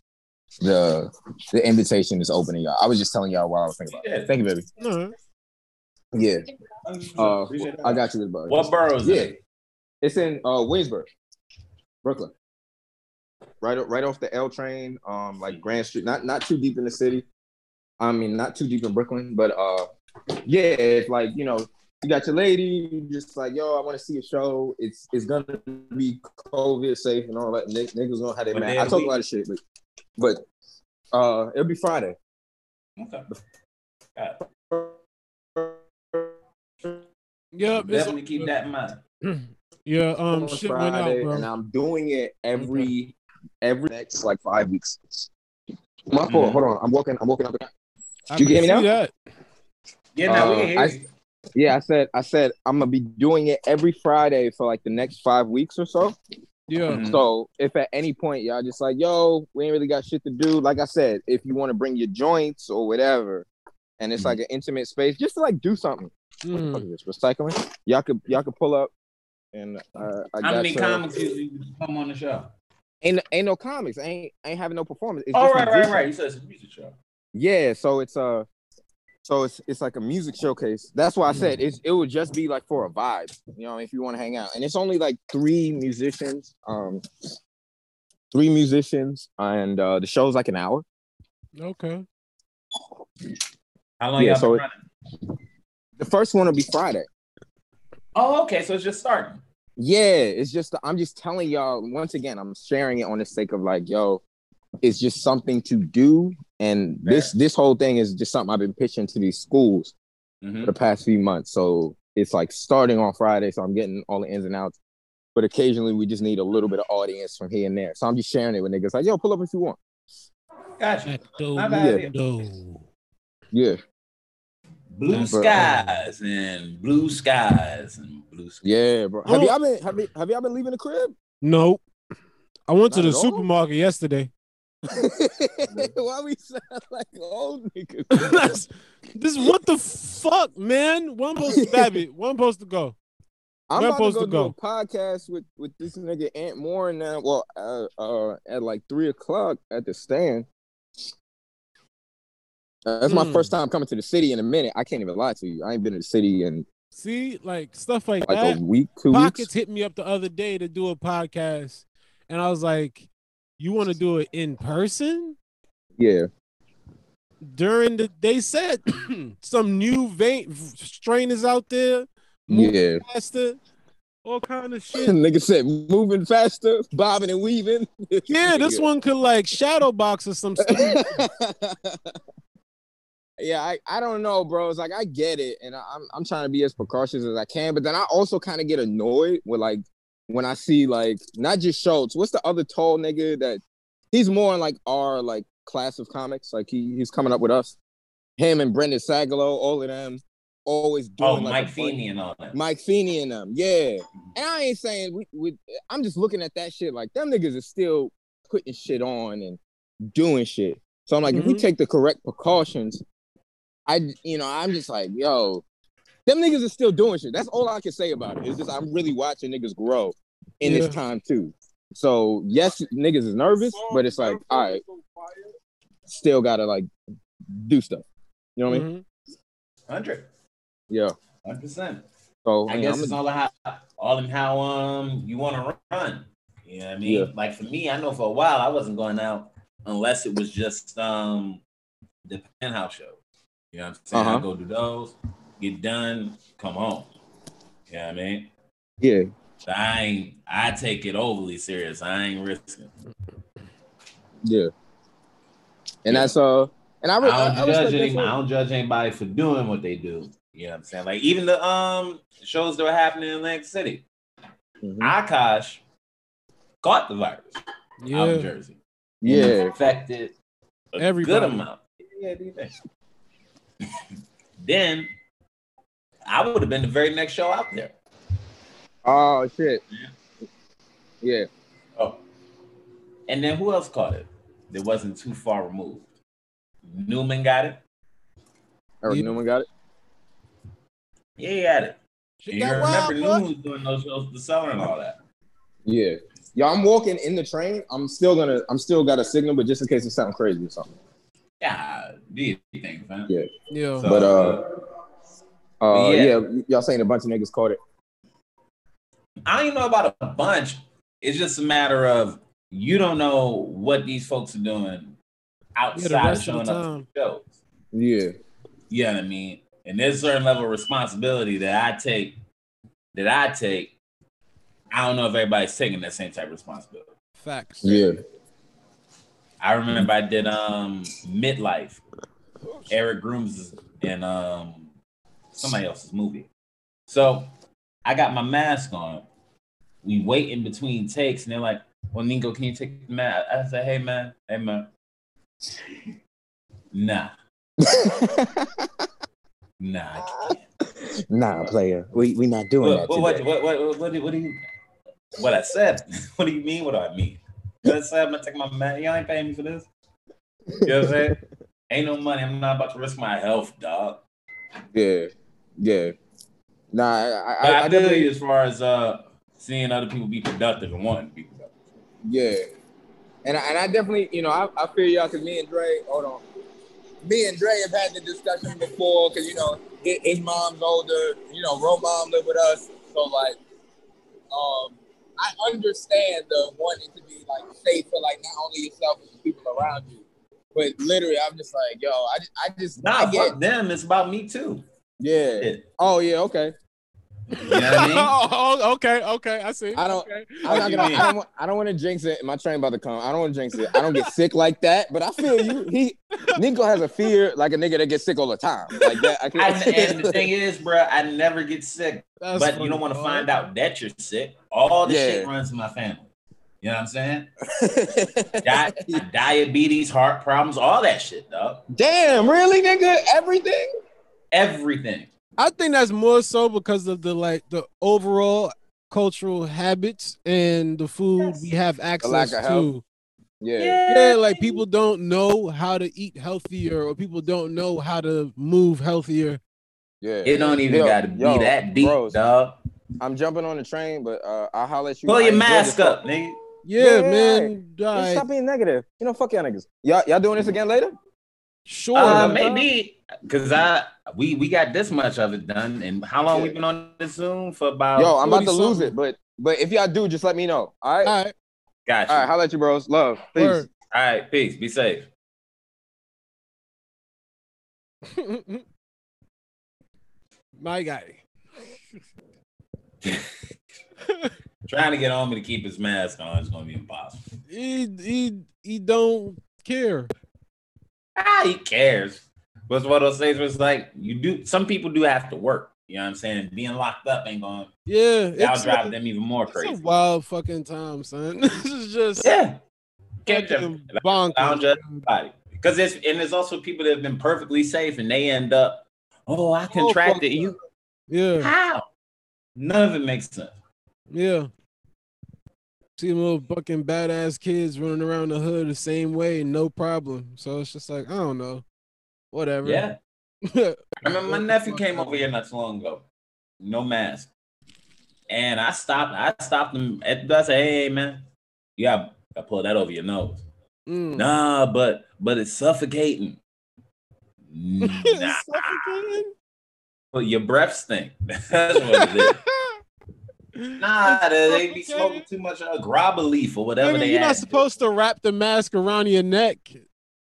[SPEAKER 4] The the invitation is open to y'all. I was just telling y'all while I was thinking about
[SPEAKER 5] Yeah.
[SPEAKER 4] it. Thank you, baby.
[SPEAKER 3] No.
[SPEAKER 4] Yeah, uh,
[SPEAKER 5] Appreciate that.
[SPEAKER 4] I got you, good buddy.
[SPEAKER 5] What borough is
[SPEAKER 4] Yeah,
[SPEAKER 5] it?
[SPEAKER 4] it's in uh Williamsburg, Brooklyn. Right, o- right off the L train, um, like Grand Street. Not not too deep in the city. I mean, not too deep in Brooklyn, but uh, yeah, it's like you know, you got your lady, you just like yo, I want to see a show. It's it's gonna be COVID safe and all that. N- niggas gonna have their
[SPEAKER 5] What
[SPEAKER 4] man.
[SPEAKER 5] day of
[SPEAKER 4] I
[SPEAKER 5] the
[SPEAKER 4] talk a
[SPEAKER 5] week?
[SPEAKER 4] lot of shit, but but uh, it'll be Friday.
[SPEAKER 5] Okay.
[SPEAKER 3] Yep. it's-
[SPEAKER 5] Definitely keep that in mind.
[SPEAKER 3] Yeah. Um.
[SPEAKER 4] on
[SPEAKER 3] Shit went out,
[SPEAKER 4] Friday,
[SPEAKER 3] bro.
[SPEAKER 4] and I'm doing it every every next like five weeks. My fault.
[SPEAKER 5] Mhm.
[SPEAKER 4] Hold on. I'm walking. I'm walking up.
[SPEAKER 3] I
[SPEAKER 4] you
[SPEAKER 3] can
[SPEAKER 4] hear me
[SPEAKER 3] see
[SPEAKER 4] now?
[SPEAKER 3] that.
[SPEAKER 5] Yeah, now we
[SPEAKER 4] Uh,
[SPEAKER 5] can hear
[SPEAKER 4] I-
[SPEAKER 5] you.
[SPEAKER 4] Yeah, I said. I said I'm gonna be doing it every Friday for like the next five weeks or so.
[SPEAKER 3] Yeah.
[SPEAKER 5] Mhm.
[SPEAKER 4] uh, So if at any point y'all just like, yo, we ain't really got shit to do. Like I said, if you want to bring your joints or whatever, and it's
[SPEAKER 5] Mhm.
[SPEAKER 4] like an intimate space, just to like do something. What the
[SPEAKER 3] Mm.
[SPEAKER 4] fuck is this? Recycling. Y'all could y'all could pull up. And uh, I
[SPEAKER 5] How
[SPEAKER 4] got
[SPEAKER 5] many
[SPEAKER 4] to-
[SPEAKER 5] comics usually come on the show?
[SPEAKER 4] Ain't ain't no comics. Ain't ain't having no performance. It's
[SPEAKER 5] Oh,
[SPEAKER 4] just
[SPEAKER 5] right, right,
[SPEAKER 4] musicians.
[SPEAKER 5] right. You said it's a music show.
[SPEAKER 4] Yeah, so it's uh so it's it's like a music showcase. That's why I said it's it would just be like for a vibe, you know, if you want to hang out. And it's only like three musicians, um three musicians and uh the show's like an hour.
[SPEAKER 3] Okay.
[SPEAKER 5] How long
[SPEAKER 4] Yeah,
[SPEAKER 5] y'all
[SPEAKER 4] so
[SPEAKER 5] been
[SPEAKER 4] it-
[SPEAKER 5] running?
[SPEAKER 4] The first one will be Friday.
[SPEAKER 5] Oh, okay. So it's just starting.
[SPEAKER 4] Yeah, it's just I'm just telling y'all once again, I'm sharing it on the sake of like, yo, it's just something to do and this this whole thing is just something I've been pitching to these schools.
[SPEAKER 5] Mhm.
[SPEAKER 4] for the past few months. So it's like starting on Friday. So I'm getting all the ins and outs. But occasionally we just need a little bit of audience from here and there. So I'm just sharing it with niggas like, yo, pull up if you want.
[SPEAKER 5] Gotcha.
[SPEAKER 3] Ecto
[SPEAKER 5] My bad.
[SPEAKER 3] Mundo.
[SPEAKER 4] Yeah.
[SPEAKER 5] Blue
[SPEAKER 4] Bro.
[SPEAKER 5] skies and blue skies and blue skies.
[SPEAKER 4] Yeah, bro.
[SPEAKER 3] Oh.
[SPEAKER 4] Have y'all been have, y- have y'all been leaving the crib?
[SPEAKER 3] No, I went to
[SPEAKER 4] Not
[SPEAKER 3] the
[SPEAKER 4] at all?
[SPEAKER 3] supermarket yesterday.
[SPEAKER 4] Why we sound like old niggas?
[SPEAKER 3] this is what the fuck, man. One post to stab it. One post to go.
[SPEAKER 4] I'm about
[SPEAKER 3] We're
[SPEAKER 4] to
[SPEAKER 3] supposed
[SPEAKER 4] go,
[SPEAKER 3] to
[SPEAKER 4] do a podcast with with this nigga Ant Moore now. Well, uh, uh, at like three o'clock at the stand. Uh, that's my
[SPEAKER 3] Mm.
[SPEAKER 4] first time coming to the city in a minute. I can't even lie to you. I ain't been to the city in
[SPEAKER 3] See, like stuff like,
[SPEAKER 4] like
[SPEAKER 3] that.
[SPEAKER 4] a week, two
[SPEAKER 3] Pockets
[SPEAKER 4] weeks.
[SPEAKER 3] hit me up the other day to do a podcast, and I was like, "You want to do it in person?"
[SPEAKER 4] Yeah,
[SPEAKER 3] During the, they said some new vein strain is out there, moving
[SPEAKER 4] yeah.
[SPEAKER 3] faster, all kind of shit.
[SPEAKER 4] nigga said moving faster, bobbing and weaving.
[SPEAKER 3] Yeah, this one could like shadow box or some stuff.
[SPEAKER 4] yeah, I, I don't know, bro. It's like I get it, and I, I'm I'm trying to be as precautious as I can, but then I also kind of get annoyed with like when I see like not just Schultz. What's the other tall nigga that he's more in like our like class of comics? Like he he's coming up with us, him and Brendan Sagalow, all of them, always doing
[SPEAKER 5] Oh,
[SPEAKER 4] like,
[SPEAKER 5] Mike
[SPEAKER 4] a bunch-
[SPEAKER 5] Feeney and all that.
[SPEAKER 4] Mike Feeney and them. Yeah. And I ain't saying we, we I'm just looking at that shit like them niggas is still putting shit on and doing shit. So I'm like, if we
[SPEAKER 5] Mm-hmm.
[SPEAKER 3] Mhm.
[SPEAKER 4] take the correct precautions, I you know, I'm just like, yo, them niggas is still doing shit. That's all I can say about it. It's just I'm really watching niggas grow in
[SPEAKER 3] Yeah.
[SPEAKER 4] this time too. So yes, niggas is nervous, but it's like, all right, still gotta like do stuff. You know what I mean?
[SPEAKER 3] Mhm.
[SPEAKER 5] 100.
[SPEAKER 4] Yeah.
[SPEAKER 5] 100%.
[SPEAKER 4] So
[SPEAKER 5] Mm-hmm. I
[SPEAKER 4] mean,
[SPEAKER 5] guess
[SPEAKER 4] I'm-
[SPEAKER 5] it's all how all in how um you want to run. You know what I mean?
[SPEAKER 4] Yeah.
[SPEAKER 5] Like for me, I know for a while I wasn't going out unless it was just um the penthouse show. You know what I'm saying?
[SPEAKER 4] Uh-huh.
[SPEAKER 5] I go do those, get done, come home. You know what I mean?
[SPEAKER 4] yeah.
[SPEAKER 5] So I ain't I take it overly serious. I ain't risking.
[SPEAKER 4] Yeah. And
[SPEAKER 5] Yeah.
[SPEAKER 4] that's uh and I,
[SPEAKER 5] I
[SPEAKER 4] re-
[SPEAKER 5] don't
[SPEAKER 4] I, I respect
[SPEAKER 5] judge
[SPEAKER 4] that
[SPEAKER 5] any, I
[SPEAKER 4] shit.
[SPEAKER 5] don't judge anybody for doing what they do. You know what I'm saying? Like even the um shows that were happening in Atlantic City.
[SPEAKER 4] Mhm.
[SPEAKER 5] Akash caught the virus out in
[SPEAKER 3] Mm-hmm. Yeah,
[SPEAKER 5] Jersey. and
[SPEAKER 4] Yeah.
[SPEAKER 5] infected a
[SPEAKER 3] Everybody.
[SPEAKER 5] good amount. Yeah, do you think? then I would have been the very next show out there.
[SPEAKER 4] Oh shit. Yeah.
[SPEAKER 5] Oh. And then who else caught it? That wasn't too far removed. Newman got it.
[SPEAKER 4] Eric
[SPEAKER 3] Yeah.
[SPEAKER 4] Newman got it.
[SPEAKER 5] Yeah, he had it.
[SPEAKER 3] Shit
[SPEAKER 5] And you
[SPEAKER 3] got
[SPEAKER 5] remember
[SPEAKER 3] wild,
[SPEAKER 5] Newman
[SPEAKER 3] boy.
[SPEAKER 5] was doing those shows, the summer and all that.
[SPEAKER 4] Yeah. Yo, I'm walking in the train. I'm still gonna I'm still got a signal, but just in case it sounds crazy or something.
[SPEAKER 5] Yeah, do you think, fam?
[SPEAKER 4] Yeah.
[SPEAKER 3] Yeah.
[SPEAKER 5] So,
[SPEAKER 4] But, uh, Uh
[SPEAKER 5] Yeah.
[SPEAKER 4] yeah. y- y'all saying a bunch of niggas caught it.
[SPEAKER 5] I don't even know about a bunch. It's just a matter of you don't know what these folks are doing
[SPEAKER 3] Yeah,
[SPEAKER 5] outside
[SPEAKER 3] the
[SPEAKER 5] of
[SPEAKER 3] rest of
[SPEAKER 5] showing
[SPEAKER 3] the
[SPEAKER 5] up
[SPEAKER 3] time.
[SPEAKER 5] to shows.
[SPEAKER 4] Yeah.
[SPEAKER 5] You know what I mean? And there's a certain level of responsibility that I take, that I take. I don't know if everybody's taking that same type of responsibility.
[SPEAKER 3] Facts.
[SPEAKER 4] Yeah.
[SPEAKER 5] I remember I did um Midlife, Eric Grooms and um somebody else's movie. So I got my mask on. We wait in between takes, and they're like, Well, Ningo, can you take the mask? I said, Hey man, hey man. Nah, nah, I can't.
[SPEAKER 4] nah, player. We we not doing
[SPEAKER 5] What, what, what, what, what, what, do- what do you? What I said? What do you mean? What do I mean? I said I'm gonna take my man. Y'all ain't paying me for this. You know what I'm saying? Ain't no money. I'm not about to risk my health, dog.
[SPEAKER 4] Yeah. Yeah. Nah, I I,
[SPEAKER 5] But
[SPEAKER 4] I,
[SPEAKER 5] I,
[SPEAKER 4] I
[SPEAKER 5] feel
[SPEAKER 4] definitely
[SPEAKER 5] you as far as uh seeing other people be productive and wanting to be productive.
[SPEAKER 4] Yeah. And I, and I definitely, you know, I, I feel y'all because me and Dre, hold on. Me and Dre have had the discussion before because, you know, his, his mom's older, you know, Ro mom live with us. So, like, um, I understand the wanting to be, like, safe for, like, not only yourself, but the people around you. But literally, I'm just like, yo, I just, I just,
[SPEAKER 5] Nah,
[SPEAKER 4] I get-
[SPEAKER 5] fuck them. It's about me too.
[SPEAKER 4] yeah.
[SPEAKER 5] Shit.
[SPEAKER 4] Oh, yeah, okay.
[SPEAKER 5] You know what I mean?
[SPEAKER 3] oh, okay, okay, I see.
[SPEAKER 4] I don't-
[SPEAKER 3] Okay.
[SPEAKER 4] I'm
[SPEAKER 5] What
[SPEAKER 4] not
[SPEAKER 5] you
[SPEAKER 4] gonna, I
[SPEAKER 5] mean?
[SPEAKER 4] don't, want- I don't want to jinx it. My train about to come. I don't want to jinx it. I don't get sick like that, but I feel you. He Nico has a fear like a nigga that gets sick all the time. Like that. I
[SPEAKER 5] I,
[SPEAKER 4] can't.
[SPEAKER 5] and the thing is, bruh, I never get sick,
[SPEAKER 3] That's
[SPEAKER 5] but
[SPEAKER 3] funny,
[SPEAKER 5] you don't want to
[SPEAKER 3] dog.
[SPEAKER 5] find out that you're sick. All the
[SPEAKER 4] Yeah.
[SPEAKER 5] shit runs in my family. You know what I'm saying? Di- diabetes, heart problems, all that shit, dog.
[SPEAKER 4] Damn, really, nigga? Everything?
[SPEAKER 5] everything.
[SPEAKER 3] I think that's more so because of the like the overall cultural habits and the food
[SPEAKER 6] Yes.
[SPEAKER 3] we have access
[SPEAKER 4] lack
[SPEAKER 3] to.
[SPEAKER 4] of health. Yeah.
[SPEAKER 3] Yeah, like people don't know how to eat healthier, or people don't know how to move healthier.
[SPEAKER 4] Yeah.
[SPEAKER 5] It don't even
[SPEAKER 4] Yo,
[SPEAKER 5] gotta be
[SPEAKER 4] yo,
[SPEAKER 5] that deep,
[SPEAKER 4] bros.
[SPEAKER 5] dog.
[SPEAKER 4] I'm jumping on the train, but uh, I'll holler at you.
[SPEAKER 5] Pull
[SPEAKER 4] I
[SPEAKER 5] your
[SPEAKER 4] ain't good
[SPEAKER 5] mask
[SPEAKER 4] as
[SPEAKER 5] up,
[SPEAKER 4] fuck.
[SPEAKER 5] nigga.
[SPEAKER 3] Yeah,
[SPEAKER 4] Yeah,
[SPEAKER 3] man.
[SPEAKER 4] Just
[SPEAKER 3] Right.
[SPEAKER 4] Stop being negative. You know, fuck y'all niggas. Y'all, y'all doing this again later?
[SPEAKER 3] Sure.
[SPEAKER 5] Uh,
[SPEAKER 3] dog.
[SPEAKER 5] maybe because I we we got this much of it done, and how long we been on this Zoom for about?
[SPEAKER 4] Yo, I'm about to
[SPEAKER 3] 40
[SPEAKER 4] lose
[SPEAKER 3] something.
[SPEAKER 4] it, but but if y'all do, just let me know. All right. All right.
[SPEAKER 3] All right.
[SPEAKER 5] gotcha.
[SPEAKER 4] I'll holler at you, bros. Love. Peace.
[SPEAKER 3] word.
[SPEAKER 5] All right, peace. Be safe.
[SPEAKER 3] My guy.
[SPEAKER 5] Trying to get homie to keep his mask on is gonna be impossible.
[SPEAKER 3] He he he don't care.
[SPEAKER 5] Ah, he cares. But it's one of those things where it's like you do. Some people do have to work. You know what I'm saying? Being locked up ain't going.
[SPEAKER 3] Yeah.
[SPEAKER 5] That'll
[SPEAKER 3] It's,
[SPEAKER 5] drive them even more
[SPEAKER 3] it's a
[SPEAKER 5] crazy.
[SPEAKER 3] wild fucking time, son. this is just
[SPEAKER 5] Yeah. Can't
[SPEAKER 3] fucking
[SPEAKER 5] jump. I'll
[SPEAKER 3] bonkers.
[SPEAKER 5] judge everybody. Because it's and there's also people that have been perfectly safe and they end up, oh, I contracted you.
[SPEAKER 3] Yeah.
[SPEAKER 5] How? None of it makes sense.
[SPEAKER 3] Yeah. See them little fucking badass kids running around the hood the same way, no problem. So it's just like, I don't know. Whatever.
[SPEAKER 5] Yeah.
[SPEAKER 3] Yeah.
[SPEAKER 5] I remember my nephew came over here not so long ago, no mask. And I stopped, I stopped him at the door. I said, hey man, you gotta, gotta pull that over your nose.
[SPEAKER 3] Mm.
[SPEAKER 5] Nah, but but it's suffocating. Nah,
[SPEAKER 3] Suffocating?
[SPEAKER 5] but your breath stink. That's what it is. Nah, they, they be smoking too much uh, graba leaf or whatever
[SPEAKER 3] Nigga,
[SPEAKER 5] they
[SPEAKER 3] you're not
[SPEAKER 5] add.
[SPEAKER 3] supposed to wrap the mask around your neck.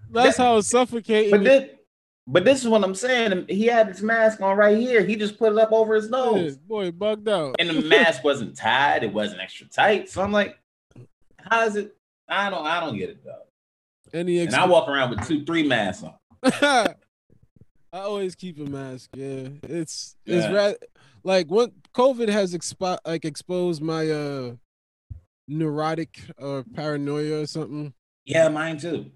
[SPEAKER 3] That's how it's suffocating.
[SPEAKER 5] But this, but this is what I'm saying. He had his mask on right here. He just put it up over his nose,
[SPEAKER 3] boy, bugged out.
[SPEAKER 5] and the mask wasn't tied. It wasn't extra tight. So I'm like, how is it? I don't, I don't get it though.
[SPEAKER 3] Any
[SPEAKER 5] And I walk around with two, three masks on.
[SPEAKER 3] I always keep a mask. Yeah, it's it's
[SPEAKER 5] Yeah.
[SPEAKER 3] ra- like what COVID has expo- like exposed my uh neurotic or paranoia or something.
[SPEAKER 5] Yeah, mine too.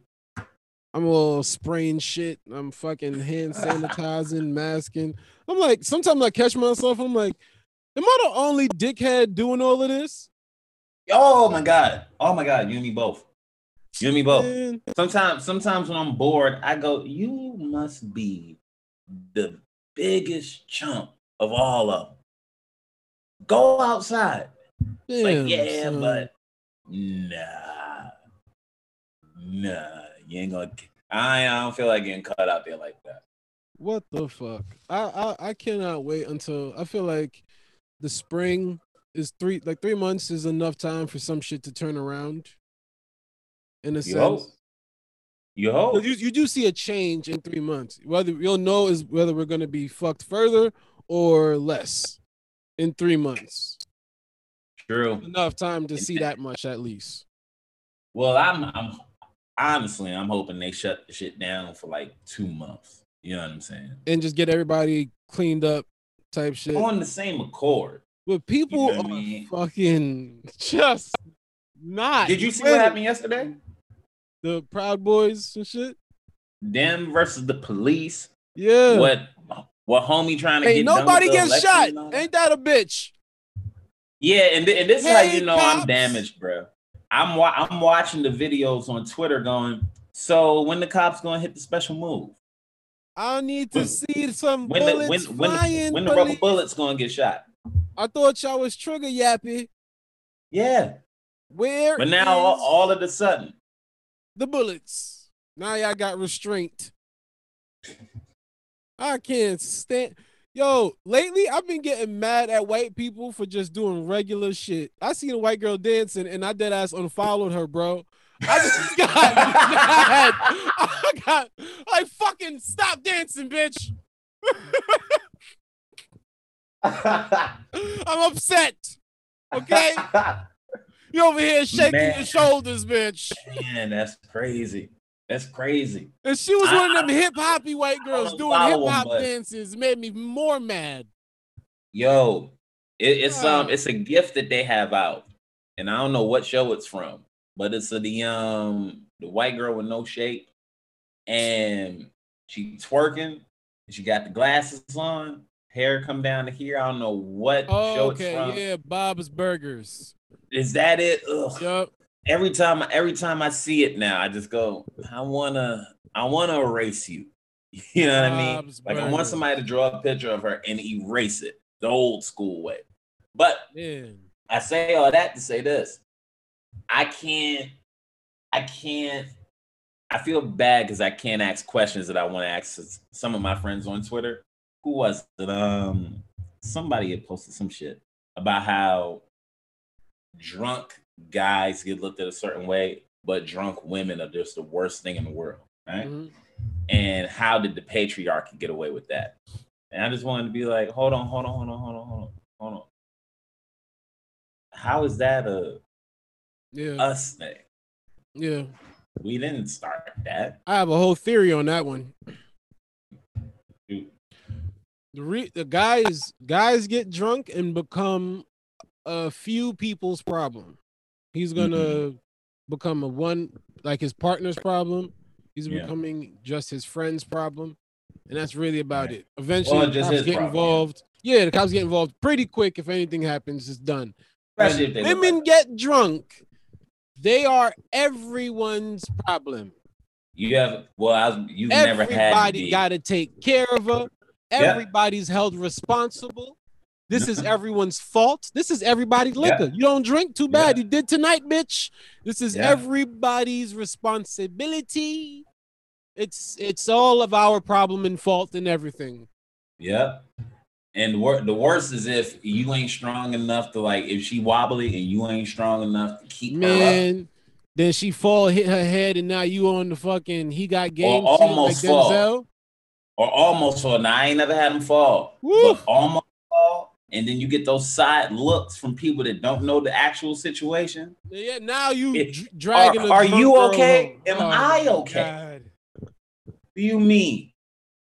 [SPEAKER 3] I'm all spraying shit. I'm fucking hand sanitizing, masking. I'm like, sometimes I catch myself. I'm like, am I the only dickhead doing all of this?
[SPEAKER 5] Oh my god. Oh my god. You and me both. You and me both.
[SPEAKER 3] Man,
[SPEAKER 5] Sometimes, sometimes when I'm bored, I go, "You must be the biggest chump of all of them." Go outside. It's
[SPEAKER 3] damn,
[SPEAKER 5] like, yeah,
[SPEAKER 3] son.
[SPEAKER 5] but nah, nah, you ain't gonna. I, I don't feel like getting caught out there like that.
[SPEAKER 3] What the fuck? I, I I cannot wait until I feel like the spring is three like three months is enough time for some shit to turn around. In a
[SPEAKER 5] You hope.
[SPEAKER 3] sense,
[SPEAKER 5] You hope.
[SPEAKER 3] But you you do see a change in three months. Whether you'll know is whether we're gonna be fucked further or less in three months.
[SPEAKER 5] True.
[SPEAKER 3] Enough time to see that much at least.
[SPEAKER 5] Well, I'm, I'm honestly, I'm hoping they shut the shit down for like two months. You know what I'm saying?
[SPEAKER 3] And just get everybody cleaned up type shit.
[SPEAKER 5] On the same accord.
[SPEAKER 3] But people
[SPEAKER 5] what I
[SPEAKER 3] are
[SPEAKER 5] mean?
[SPEAKER 3] fucking just not
[SPEAKER 5] Did you see
[SPEAKER 3] with
[SPEAKER 5] what
[SPEAKER 3] it.
[SPEAKER 5] happened yesterday?
[SPEAKER 3] the Proud Boys and shit.
[SPEAKER 5] Them versus the police.
[SPEAKER 3] Yeah.
[SPEAKER 5] What? What homie trying to
[SPEAKER 3] Ain't
[SPEAKER 5] get done with
[SPEAKER 3] nobody
[SPEAKER 5] the
[SPEAKER 3] gets
[SPEAKER 5] election
[SPEAKER 3] shot.
[SPEAKER 5] and all that?
[SPEAKER 3] Ain't that a bitch?
[SPEAKER 5] Yeah, and, th- and this is how
[SPEAKER 3] Hey,
[SPEAKER 5] you know
[SPEAKER 3] cops.
[SPEAKER 5] I'm damaged, bro. I'm wa- I'm watching the videos on Twitter going. So when the cops gonna hit the special move?
[SPEAKER 3] I need to
[SPEAKER 5] When-
[SPEAKER 3] see some
[SPEAKER 5] When the when
[SPEAKER 3] bullets
[SPEAKER 5] when
[SPEAKER 3] flying.
[SPEAKER 5] when the rubber
[SPEAKER 3] police.
[SPEAKER 5] bullets gonna get shot?
[SPEAKER 3] I thought y'all was trigger yappy.
[SPEAKER 5] Yeah,
[SPEAKER 3] Where?
[SPEAKER 5] but now all,
[SPEAKER 3] is
[SPEAKER 5] all of a sudden,
[SPEAKER 3] the bullets. Now y'all got restraint. I can't stand. Yo, lately I've been getting mad at white people for just doing regular shit. I seen a white girl dancing and I dead ass unfollowed her, bro. I just got mad. I got like fucking stop dancing, bitch. I'm upset. Okay? You over here shaking
[SPEAKER 5] Man.
[SPEAKER 3] your shoulders, bitch.
[SPEAKER 5] man, that's crazy. That's crazy.
[SPEAKER 3] And she was
[SPEAKER 5] I-
[SPEAKER 3] one of them hip hoppy white girls
[SPEAKER 5] don't
[SPEAKER 3] doing hip
[SPEAKER 5] follow 'em,
[SPEAKER 3] hop
[SPEAKER 5] but-
[SPEAKER 3] dances. It made me more mad.
[SPEAKER 5] Yo, it, it's um,
[SPEAKER 3] Yeah.
[SPEAKER 5] it's a gift that they have out, and I don't know what show it's from, but it's a, the um, the white girl with no shape, and she twerking, She got the glasses on, hair come down to here. I don't know what show
[SPEAKER 3] Oh,
[SPEAKER 5] it's
[SPEAKER 3] okay,
[SPEAKER 5] from.
[SPEAKER 3] yeah, Bob's Burgers.
[SPEAKER 5] Is that it? Ugh.
[SPEAKER 3] Yup.
[SPEAKER 5] Every time, every time I see it now, I just go, I wanna, I wanna erase you. You know what I mean?
[SPEAKER 3] Bob's
[SPEAKER 5] Like I want
[SPEAKER 3] Burgers.
[SPEAKER 5] somebody to draw a picture of her and erase it the old school way. But
[SPEAKER 3] Man.
[SPEAKER 5] I say all that to say this. I can't, I can't, I feel bad because I can't ask questions that I want to ask s- some of my friends on Twitter. Who was it? Um, somebody had posted some shit about how drunk guys get looked at a certain way, but drunk women are just the worst thing in the world, right?
[SPEAKER 3] Mhm.
[SPEAKER 5] and how did the patriarchy get away with that? And I just wanted to be like, hold on, hold on, hold on, hold on, hold on, hold on. How is that a
[SPEAKER 3] Yeah,
[SPEAKER 5] us thing?
[SPEAKER 3] yeah.
[SPEAKER 5] We didn't start that.
[SPEAKER 3] I have a whole theory on that one.
[SPEAKER 5] Dude.
[SPEAKER 3] The re- the guys guys get drunk and become a few people's problem. He's gonna
[SPEAKER 5] Mm-hmm.
[SPEAKER 3] become a one like his partner's problem. He's
[SPEAKER 5] Yeah.
[SPEAKER 3] becoming just his friend's problem, and that's really about it. Eventually,
[SPEAKER 5] Well,
[SPEAKER 3] the
[SPEAKER 5] just
[SPEAKER 3] cops
[SPEAKER 5] his
[SPEAKER 3] get
[SPEAKER 5] problem, yeah.
[SPEAKER 3] involved. Yeah. the cops get involved pretty quick. If anything happens, it's done.
[SPEAKER 5] Especially
[SPEAKER 3] When
[SPEAKER 5] if they look
[SPEAKER 3] women
[SPEAKER 5] like-
[SPEAKER 3] get drunk, they are everyone's problem.
[SPEAKER 5] You have well, I was, you never had to
[SPEAKER 3] Everybody
[SPEAKER 5] be.
[SPEAKER 3] got to take care of her.
[SPEAKER 5] Yeah.
[SPEAKER 3] Everybody's held responsible. This is everyone's fault. This is everybody's liquor. You don't drink too bad. You did tonight, bitch. This is
[SPEAKER 5] Yeah.
[SPEAKER 3] everybody's responsibility. It's it's all of our problem and fault and everything.
[SPEAKER 5] Yep. And wor- the worst is if you ain't strong enough to like if she wobbly and you ain't strong enough to keep her up.
[SPEAKER 3] Man, then she fall, hit her head, and now you on the fucking he got game
[SPEAKER 5] Or
[SPEAKER 3] team like
[SPEAKER 5] almost fall.
[SPEAKER 3] Denzel.
[SPEAKER 5] or almost fall. Now I ain't never had them fall,
[SPEAKER 3] Woo.
[SPEAKER 5] but almost fall, and then you get those side looks from people that don't know the actual situation.
[SPEAKER 3] Yeah, now you
[SPEAKER 5] It-
[SPEAKER 3] dr- dragging.
[SPEAKER 5] are-
[SPEAKER 3] a
[SPEAKER 5] are
[SPEAKER 3] drunk
[SPEAKER 5] you
[SPEAKER 3] girl
[SPEAKER 5] okay?
[SPEAKER 3] home.
[SPEAKER 5] Am
[SPEAKER 3] Oh,
[SPEAKER 5] I
[SPEAKER 3] my
[SPEAKER 5] okay?
[SPEAKER 3] God.
[SPEAKER 5] What do you mean?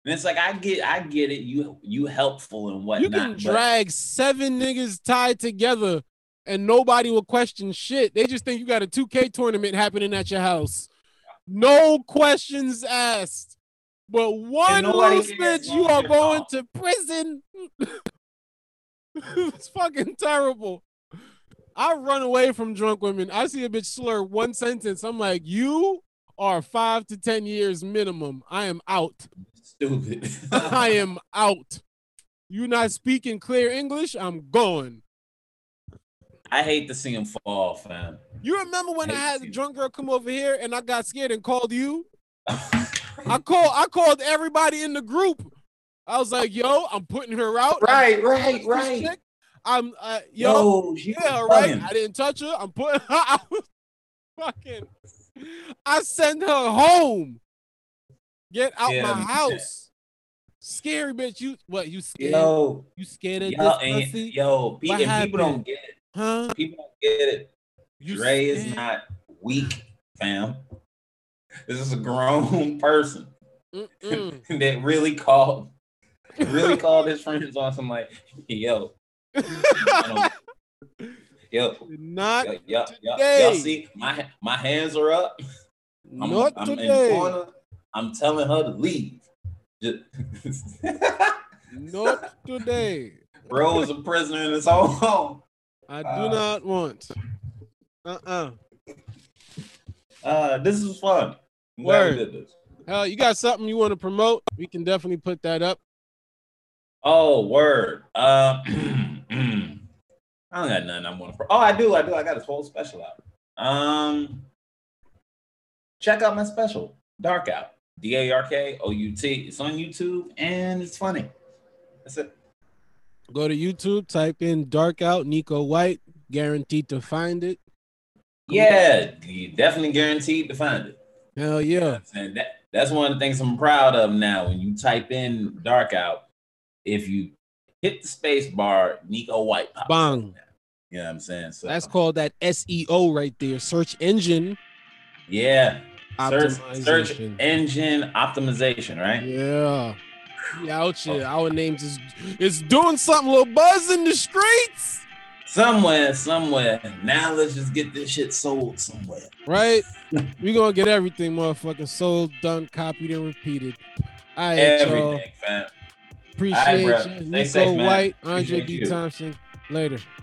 [SPEAKER 5] And it's like I get, I get it. You you helpful and
[SPEAKER 3] You
[SPEAKER 5] whatnot.
[SPEAKER 3] can
[SPEAKER 5] but
[SPEAKER 3] drag seven niggas tied together and nobody will question shit. They just think you got a 2K tournament happening at your house. No questions asked. But one
[SPEAKER 5] nobody
[SPEAKER 3] loose
[SPEAKER 5] cares.
[SPEAKER 3] bitch, you are
[SPEAKER 5] Your
[SPEAKER 3] going
[SPEAKER 5] fault.
[SPEAKER 3] to prison. it's fucking terrible. I run away from drunk women. I see a bitch slur one sentence. I'm like, you are five to 10 years minimum. I am out.
[SPEAKER 5] stupid.
[SPEAKER 3] I am out. You not speaking clear English, I'm going.
[SPEAKER 5] I hate to see them fall, fam.
[SPEAKER 3] You remember when I
[SPEAKER 5] Hate
[SPEAKER 3] had a
[SPEAKER 5] you.
[SPEAKER 3] drunk girl come over here and I got scared and called you? I call I called everybody in the group. I was like, yo, I'm putting her out.
[SPEAKER 5] Right,
[SPEAKER 3] I'm-
[SPEAKER 5] right, right.
[SPEAKER 3] I'm uh, yo,
[SPEAKER 5] Yo, she
[SPEAKER 3] yeah, all
[SPEAKER 5] was
[SPEAKER 3] right.
[SPEAKER 5] bugging.
[SPEAKER 3] I didn't touch her. I'm putting her I was fucking I sent her home. Get out
[SPEAKER 5] Yeah,
[SPEAKER 3] my
[SPEAKER 5] man.
[SPEAKER 3] house. Scary bitch. You what you scared?
[SPEAKER 5] Yo,
[SPEAKER 3] You scared of
[SPEAKER 5] yo,
[SPEAKER 3] this
[SPEAKER 5] and,
[SPEAKER 3] pussy?
[SPEAKER 5] yo, pe-
[SPEAKER 3] What
[SPEAKER 5] and people don't
[SPEAKER 3] happened?
[SPEAKER 5] get it.
[SPEAKER 3] Huh?
[SPEAKER 5] People don't get it.
[SPEAKER 3] You
[SPEAKER 5] Dre
[SPEAKER 3] scared?
[SPEAKER 5] is not weak, fam. This is a grown person
[SPEAKER 3] Mm-mm.
[SPEAKER 5] that really called, really called his friends on some like, yo, I don't- yo,
[SPEAKER 3] Not
[SPEAKER 5] yo, yo, yo,
[SPEAKER 3] today.
[SPEAKER 5] y'all see my my hands are up. I'm,
[SPEAKER 3] not
[SPEAKER 5] I'm in the
[SPEAKER 3] today.
[SPEAKER 5] corner. I'm telling her to leave. Just-
[SPEAKER 3] Not today.
[SPEAKER 5] Bro is a prisoner in his own home.
[SPEAKER 3] I do
[SPEAKER 5] Uh,
[SPEAKER 3] not want. Uh-uh.
[SPEAKER 5] Uh, this is fun. I'm glad
[SPEAKER 3] Word.
[SPEAKER 5] we did this.
[SPEAKER 3] Hell, you got something you want to promote? We can definitely put that up.
[SPEAKER 5] Oh, word. Uh, mm. I don't got nothing I'm gonna. Oh, I do. I do. I got this whole special out. Um, check out my special, Dark Out. D A R K O U T. It's on YouTube and it's funny. That's it.
[SPEAKER 3] Go to YouTube, type in Dark Out Nico White, guaranteed to find it.
[SPEAKER 5] Yeah, you definitely guaranteed to find it.
[SPEAKER 3] Hell yeah.
[SPEAKER 5] And that, that's one of the things I'm proud of now. When you type in Dark Out, if you hit the space bar, Nico White pops. up.
[SPEAKER 3] Bang.
[SPEAKER 5] You know what I'm saying? So
[SPEAKER 3] That's called that SEO right there, search engine
[SPEAKER 5] Yeah. Search,
[SPEAKER 3] optimization.
[SPEAKER 5] search engine optimization, right?
[SPEAKER 3] Yeah. We out
[SPEAKER 5] Oh.
[SPEAKER 3] here. Our names is is doing something, little buzz in the streets.
[SPEAKER 5] Somewhere, somewhere. Now let's just get this shit sold somewhere.
[SPEAKER 3] Right? we gonna get everything motherfucking sold, done, copied, and repeated. All right, y'all.
[SPEAKER 5] Everything, fam.
[SPEAKER 3] Appreciate
[SPEAKER 5] All right, bro.
[SPEAKER 3] you.
[SPEAKER 5] Stay safe,
[SPEAKER 3] Nico
[SPEAKER 5] man.
[SPEAKER 3] White, Andre
[SPEAKER 5] Appreciate
[SPEAKER 3] D.
[SPEAKER 5] you.
[SPEAKER 3] Thompson. Later.